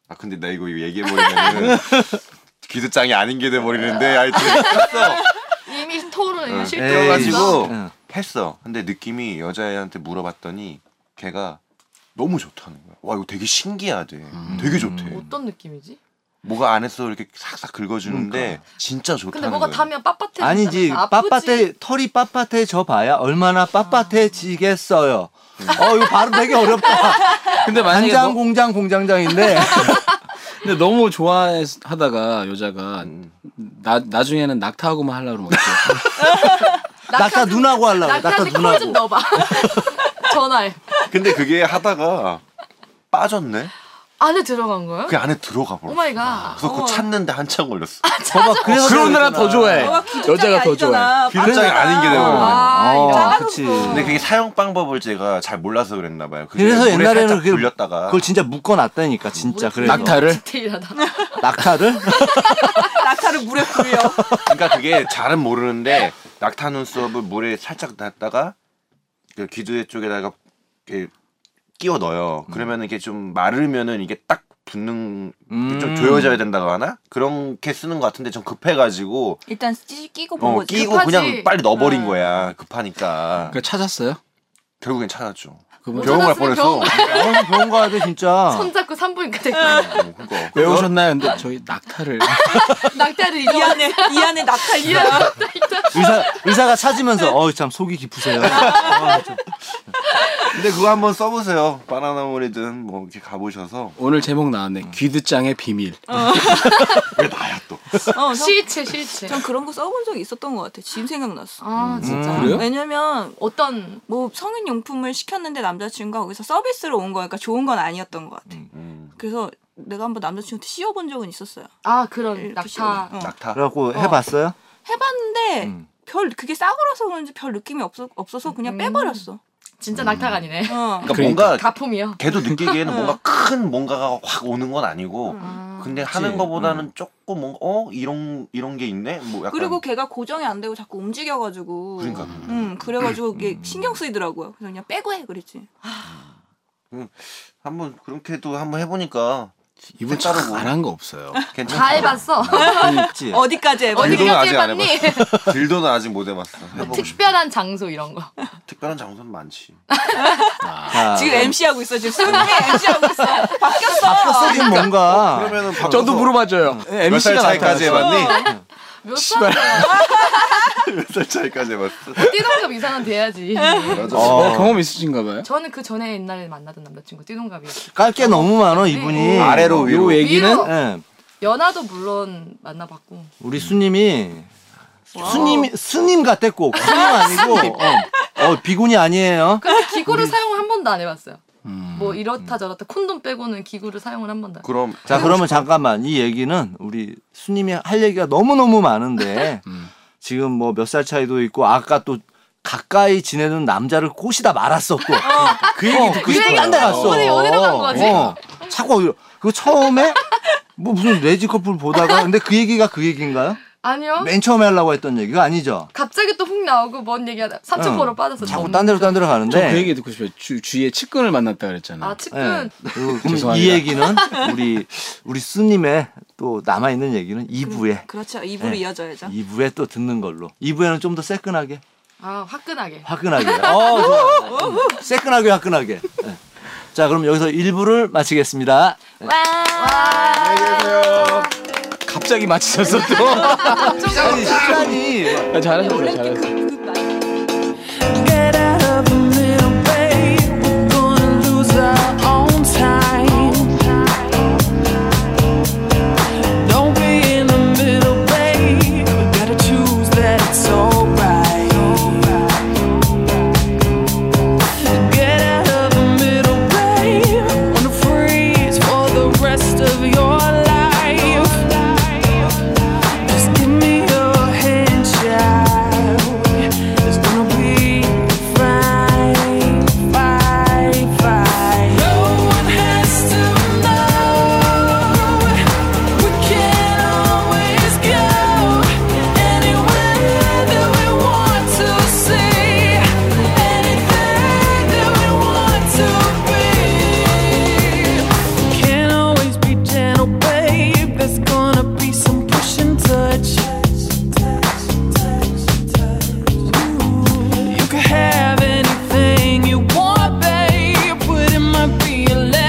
Speaker 3: 아 근데 나 이거 얘기해 버리면 귀두장이 아닌 게 돼 버리는데 하여튼 했어.
Speaker 4: 이미 토론
Speaker 3: 네.
Speaker 4: 실제로 가지고.
Speaker 3: 그래가지고
Speaker 1: 응.
Speaker 3: 했어. 근데 느낌이 여자애한테 물어봤더니 걔가 너무 좋다는 거야. 와 이거 되게 신기하대.
Speaker 1: 음.
Speaker 3: 되게 좋대.
Speaker 4: 어떤 느낌이지?
Speaker 3: 뭐가 안에서 이렇게 싹싹 긁어주는데
Speaker 1: 그러니까.
Speaker 3: 진짜 좋다는
Speaker 4: 근데 뭐가
Speaker 3: 거야.
Speaker 4: 닿으면 빳빳해.
Speaker 1: 아니지 빳빳해 털이 빳빳해져 봐야 얼마나 빳빳해지겠어요. 어 이거 발음 되게 어렵다.
Speaker 5: 근데 만약에
Speaker 1: 반장
Speaker 5: 너,
Speaker 1: 공장 공장장인데
Speaker 5: 근데 너무 좋아하다가 여자가 나, 나중에는 낙타하고만 하려고 그러면 어떡해.
Speaker 1: 낙타 눈하고 하려고 해, 낙타
Speaker 4: 낙타한테 콜좀
Speaker 1: 눈하고.
Speaker 4: 넣어봐. 전화해.
Speaker 3: 근데 그게 하다가 빠졌네.
Speaker 4: 안에 들어간 거예요?
Speaker 3: 그 안에 들어가 버렸어.
Speaker 4: 오 마이 갓.
Speaker 3: 그래서 그거
Speaker 4: 어. 아,
Speaker 3: 찾는데 한참 걸렸어.
Speaker 1: 봐봐 그래서
Speaker 5: 그런
Speaker 1: 그러잖아.
Speaker 5: 나라 더 좋아해. 여자가 더 좋아해.
Speaker 3: 귀두장이 아닌 게 돼버려.
Speaker 4: 아,
Speaker 1: 어,
Speaker 4: 이런.
Speaker 1: 그치.
Speaker 3: 근데 그게 사용 방법을 제가 잘 몰라서 그랬나 봐요. 그게
Speaker 1: 그래서
Speaker 3: 물에
Speaker 1: 옛날에는
Speaker 3: 살짝
Speaker 1: 그게-
Speaker 3: 불렸다가
Speaker 1: 그걸 진짜 묶어놨다니까
Speaker 4: 뭐,
Speaker 1: 진짜 그래
Speaker 5: 낙타를?
Speaker 4: 디테일하다.
Speaker 1: 낙타를
Speaker 2: 낙타를 물에 불려.
Speaker 3: 그러니까 그게 잘은 모르는데 낙타 눈썹을 물에 살짝 놨다가 그 귀두의 쪽에다가 이렇게 끼워 넣어요. 그러면 이게 좀 마르면은 이게 딱 붙는
Speaker 1: 음.
Speaker 3: 좀 조여져야 된다고 하나? 그렇게 쓰는 것 같은데 좀 급해가지고
Speaker 2: 일단 찌- 끼고
Speaker 3: 어,
Speaker 4: 뭐
Speaker 2: 보고
Speaker 3: 끼고
Speaker 4: 급하지.
Speaker 3: 그냥 빨리 넣어버린
Speaker 4: 어.
Speaker 3: 거야. 급하니까
Speaker 5: 그걸 찾았어요?
Speaker 3: 결국엔 찾았죠.
Speaker 5: 그분
Speaker 3: 병원 갈
Speaker 4: 찾았으면
Speaker 3: 뻔했어.
Speaker 4: 병원
Speaker 1: 어, 병원 가야 돼 진짜
Speaker 4: 손잡고 산부인과 됐고.
Speaker 3: 어, 그거.
Speaker 5: 왜 오셨나요? 근데 저희 낙타를
Speaker 4: 낙타를
Speaker 2: 이
Speaker 4: 이겨.
Speaker 2: 안에 이 안에 낙타 있어요.
Speaker 1: 의사 의사가 찾으면서 어 참 속이 깊으세요
Speaker 4: 아,
Speaker 3: 근데 그거 한번 써보세요. 바나나몰이든 뭐 이렇게 가보셔서
Speaker 5: 오늘 제목 나왔네. 그 귀드장의 비밀.
Speaker 3: 왜 나야 또?
Speaker 2: 어, 저-
Speaker 4: 실체 실체.
Speaker 2: 전 그런 거 써본 적이 있었던 것 같아. 지금 생각났어.
Speaker 4: 아 진짜.
Speaker 1: 음.
Speaker 5: 그래요?
Speaker 2: 왜냐면
Speaker 4: 어떤
Speaker 2: 뭐 성인 용품을 시켰는데 남자친구가 거기서 서비스로 온 거니까 좋은 건 아니었던 것 같아.
Speaker 3: 음,
Speaker 2: 그래서 내가 한번 남자친구한테 씌워본 적은 있었어요.
Speaker 4: 아 그런
Speaker 2: 이렇게
Speaker 4: 낙타.
Speaker 2: 씌워본- 어.
Speaker 3: 낙타.
Speaker 1: 그래갖고 해봤어요
Speaker 2: 해봤는데
Speaker 1: 음.
Speaker 2: 별 그게 싸구려서 그런지 별 느낌이 없어, 없어서 그냥
Speaker 4: 음.
Speaker 2: 빼버렸어.
Speaker 4: 진짜 낙타가 아니네.
Speaker 2: 어.
Speaker 3: 그러니까
Speaker 5: 그러니까.
Speaker 3: 뭔가
Speaker 4: 가품이요.
Speaker 3: 걔도 느끼기에는 뭔가 큰 뭔가가 확 오는 건 아니고
Speaker 2: 음.
Speaker 3: 근데 하는 거보다는
Speaker 5: 음.
Speaker 3: 조금 뭔가 어 이런 이런 게 있네 뭐 약간
Speaker 2: 그리고 걔가 고정이 안 되고 자꾸 움직여가지고.
Speaker 3: 그러니까
Speaker 2: 음 그래가지고 이게 신경 쓰이더라고요. 그래서 그냥 빼고 해 그랬지.
Speaker 3: 한번 그렇게도 한번 해보니까
Speaker 5: 이분 참
Speaker 3: 색다르고.
Speaker 5: 안 한 거 없어요.
Speaker 3: 괜찮아
Speaker 4: 다 해봤어.
Speaker 1: 있지
Speaker 2: 어디까지 해봐.
Speaker 3: 어디- 운동은
Speaker 4: 어디까지
Speaker 3: 음. 예. 아직 안
Speaker 4: 해봤니?
Speaker 3: 딜도는 아직 못 해봤어 해보고 싶
Speaker 4: 특별한 장소 이런 거.
Speaker 3: 음. 특별한 장소는 많지
Speaker 2: 아.
Speaker 1: 자,
Speaker 2: 지금
Speaker 3: 아.
Speaker 2: MC 하고 있어 지금 수능이 MC 하고 있어. 바뀌었어.
Speaker 4: 아,
Speaker 1: 써진 뭔가
Speaker 4: 어,
Speaker 3: 그러면은
Speaker 5: 저도
Speaker 3: 바꿔서
Speaker 5: 어, 물어봐줘요.
Speaker 3: 몇살 차이까지 해봤니?
Speaker 4: 몇살
Speaker 3: 몇살 차이까지 해봤어.
Speaker 4: 띠동갑 이상은 돼야지.
Speaker 3: 음, 맞아.
Speaker 5: 어, 경험 있으신가 봐요?
Speaker 4: 저는 그 전에 옛날에 만나던 남자친구 띠동갑이었어요.
Speaker 1: 깔 게 너무 많아
Speaker 4: 네.
Speaker 1: 이분이.
Speaker 3: 아래로 위로.
Speaker 5: 요 얘기는
Speaker 4: 위로
Speaker 1: 예.
Speaker 4: 연하도 물론 만나봤고
Speaker 1: 우리 수님이 수님 스님 같았고 스님 아니고 어, 어, 비군이 아니에요.
Speaker 4: 근데 기구를 사용을 한 번도 안 해봤어요. 뭐 이렇다 저렇다 콘돔 빼고는 기구를 사용을 한 번도. 안 해봤어요.
Speaker 3: 음. 그럼
Speaker 1: 자 그러면 잠깐만 이 얘기는 우리 수님이 할 얘기가 너무 너무 많은데 지금 뭐 몇 살 차이도 있고 아까 또 가까이 지내는 남자를 꼬시다 말았었고 그 얘기 듣고
Speaker 4: 그 얘기
Speaker 1: 딴데
Speaker 4: 듣고
Speaker 1: 갔어.
Speaker 4: 오늘- 오늘은 간 거지.
Speaker 1: 어. 자꾸 어디로- 그 처음에 뭐 무슨 레지 커플 보다가 근데 그 얘기가 그 얘기인가요?
Speaker 4: 아니요.
Speaker 3: 네.
Speaker 1: 맨 처음에 하려고 했던 얘기가 아니죠.
Speaker 4: 갑자기 또 훅 나오고 뭔 얘기하다 삼천포로
Speaker 3: 음.
Speaker 1: 응.
Speaker 4: 빠졌어.
Speaker 1: 자꾸 딴 데로 딴 데로
Speaker 5: 저
Speaker 1: 가는데
Speaker 5: 그 얘기 듣고 싶어요. 주, 주위에 측근을 만났다
Speaker 4: 아
Speaker 5: 그랬잖아요.
Speaker 11: 네.
Speaker 4: 측근
Speaker 1: 예. 그리고 그럼 이
Speaker 5: 죄송합니다.
Speaker 1: 얘기는 우리 우리 스님의 또 남아 있는 얘기는 2부에
Speaker 11: 그렇죠. 입으로
Speaker 1: 네.
Speaker 11: 이어져야죠.
Speaker 1: 2부에 또 듣는 걸로. 2부에는 좀 더 새끈하게,
Speaker 4: 아 화끈하게.
Speaker 1: 화끈하게. 어, 좋아요. 음, 새끈하게 화끈하게. 예. 자, 그럼 여기서 1부를 마치겠습니다.
Speaker 5: 갑자기 맞히셨어 또.
Speaker 1: 시간이 시간이
Speaker 5: 아, 잘하셨어요, 잘하셨어요.
Speaker 2: Just give me your hand, child. It's gonna be fine, fine, fine. No one has to know. We can always go anywhere that we want to see, anything that we want to be. Can't always be gentle, babe. There's gonna be some push and touch. Ooh. You can have anything you want, babe, but it might be a laugh.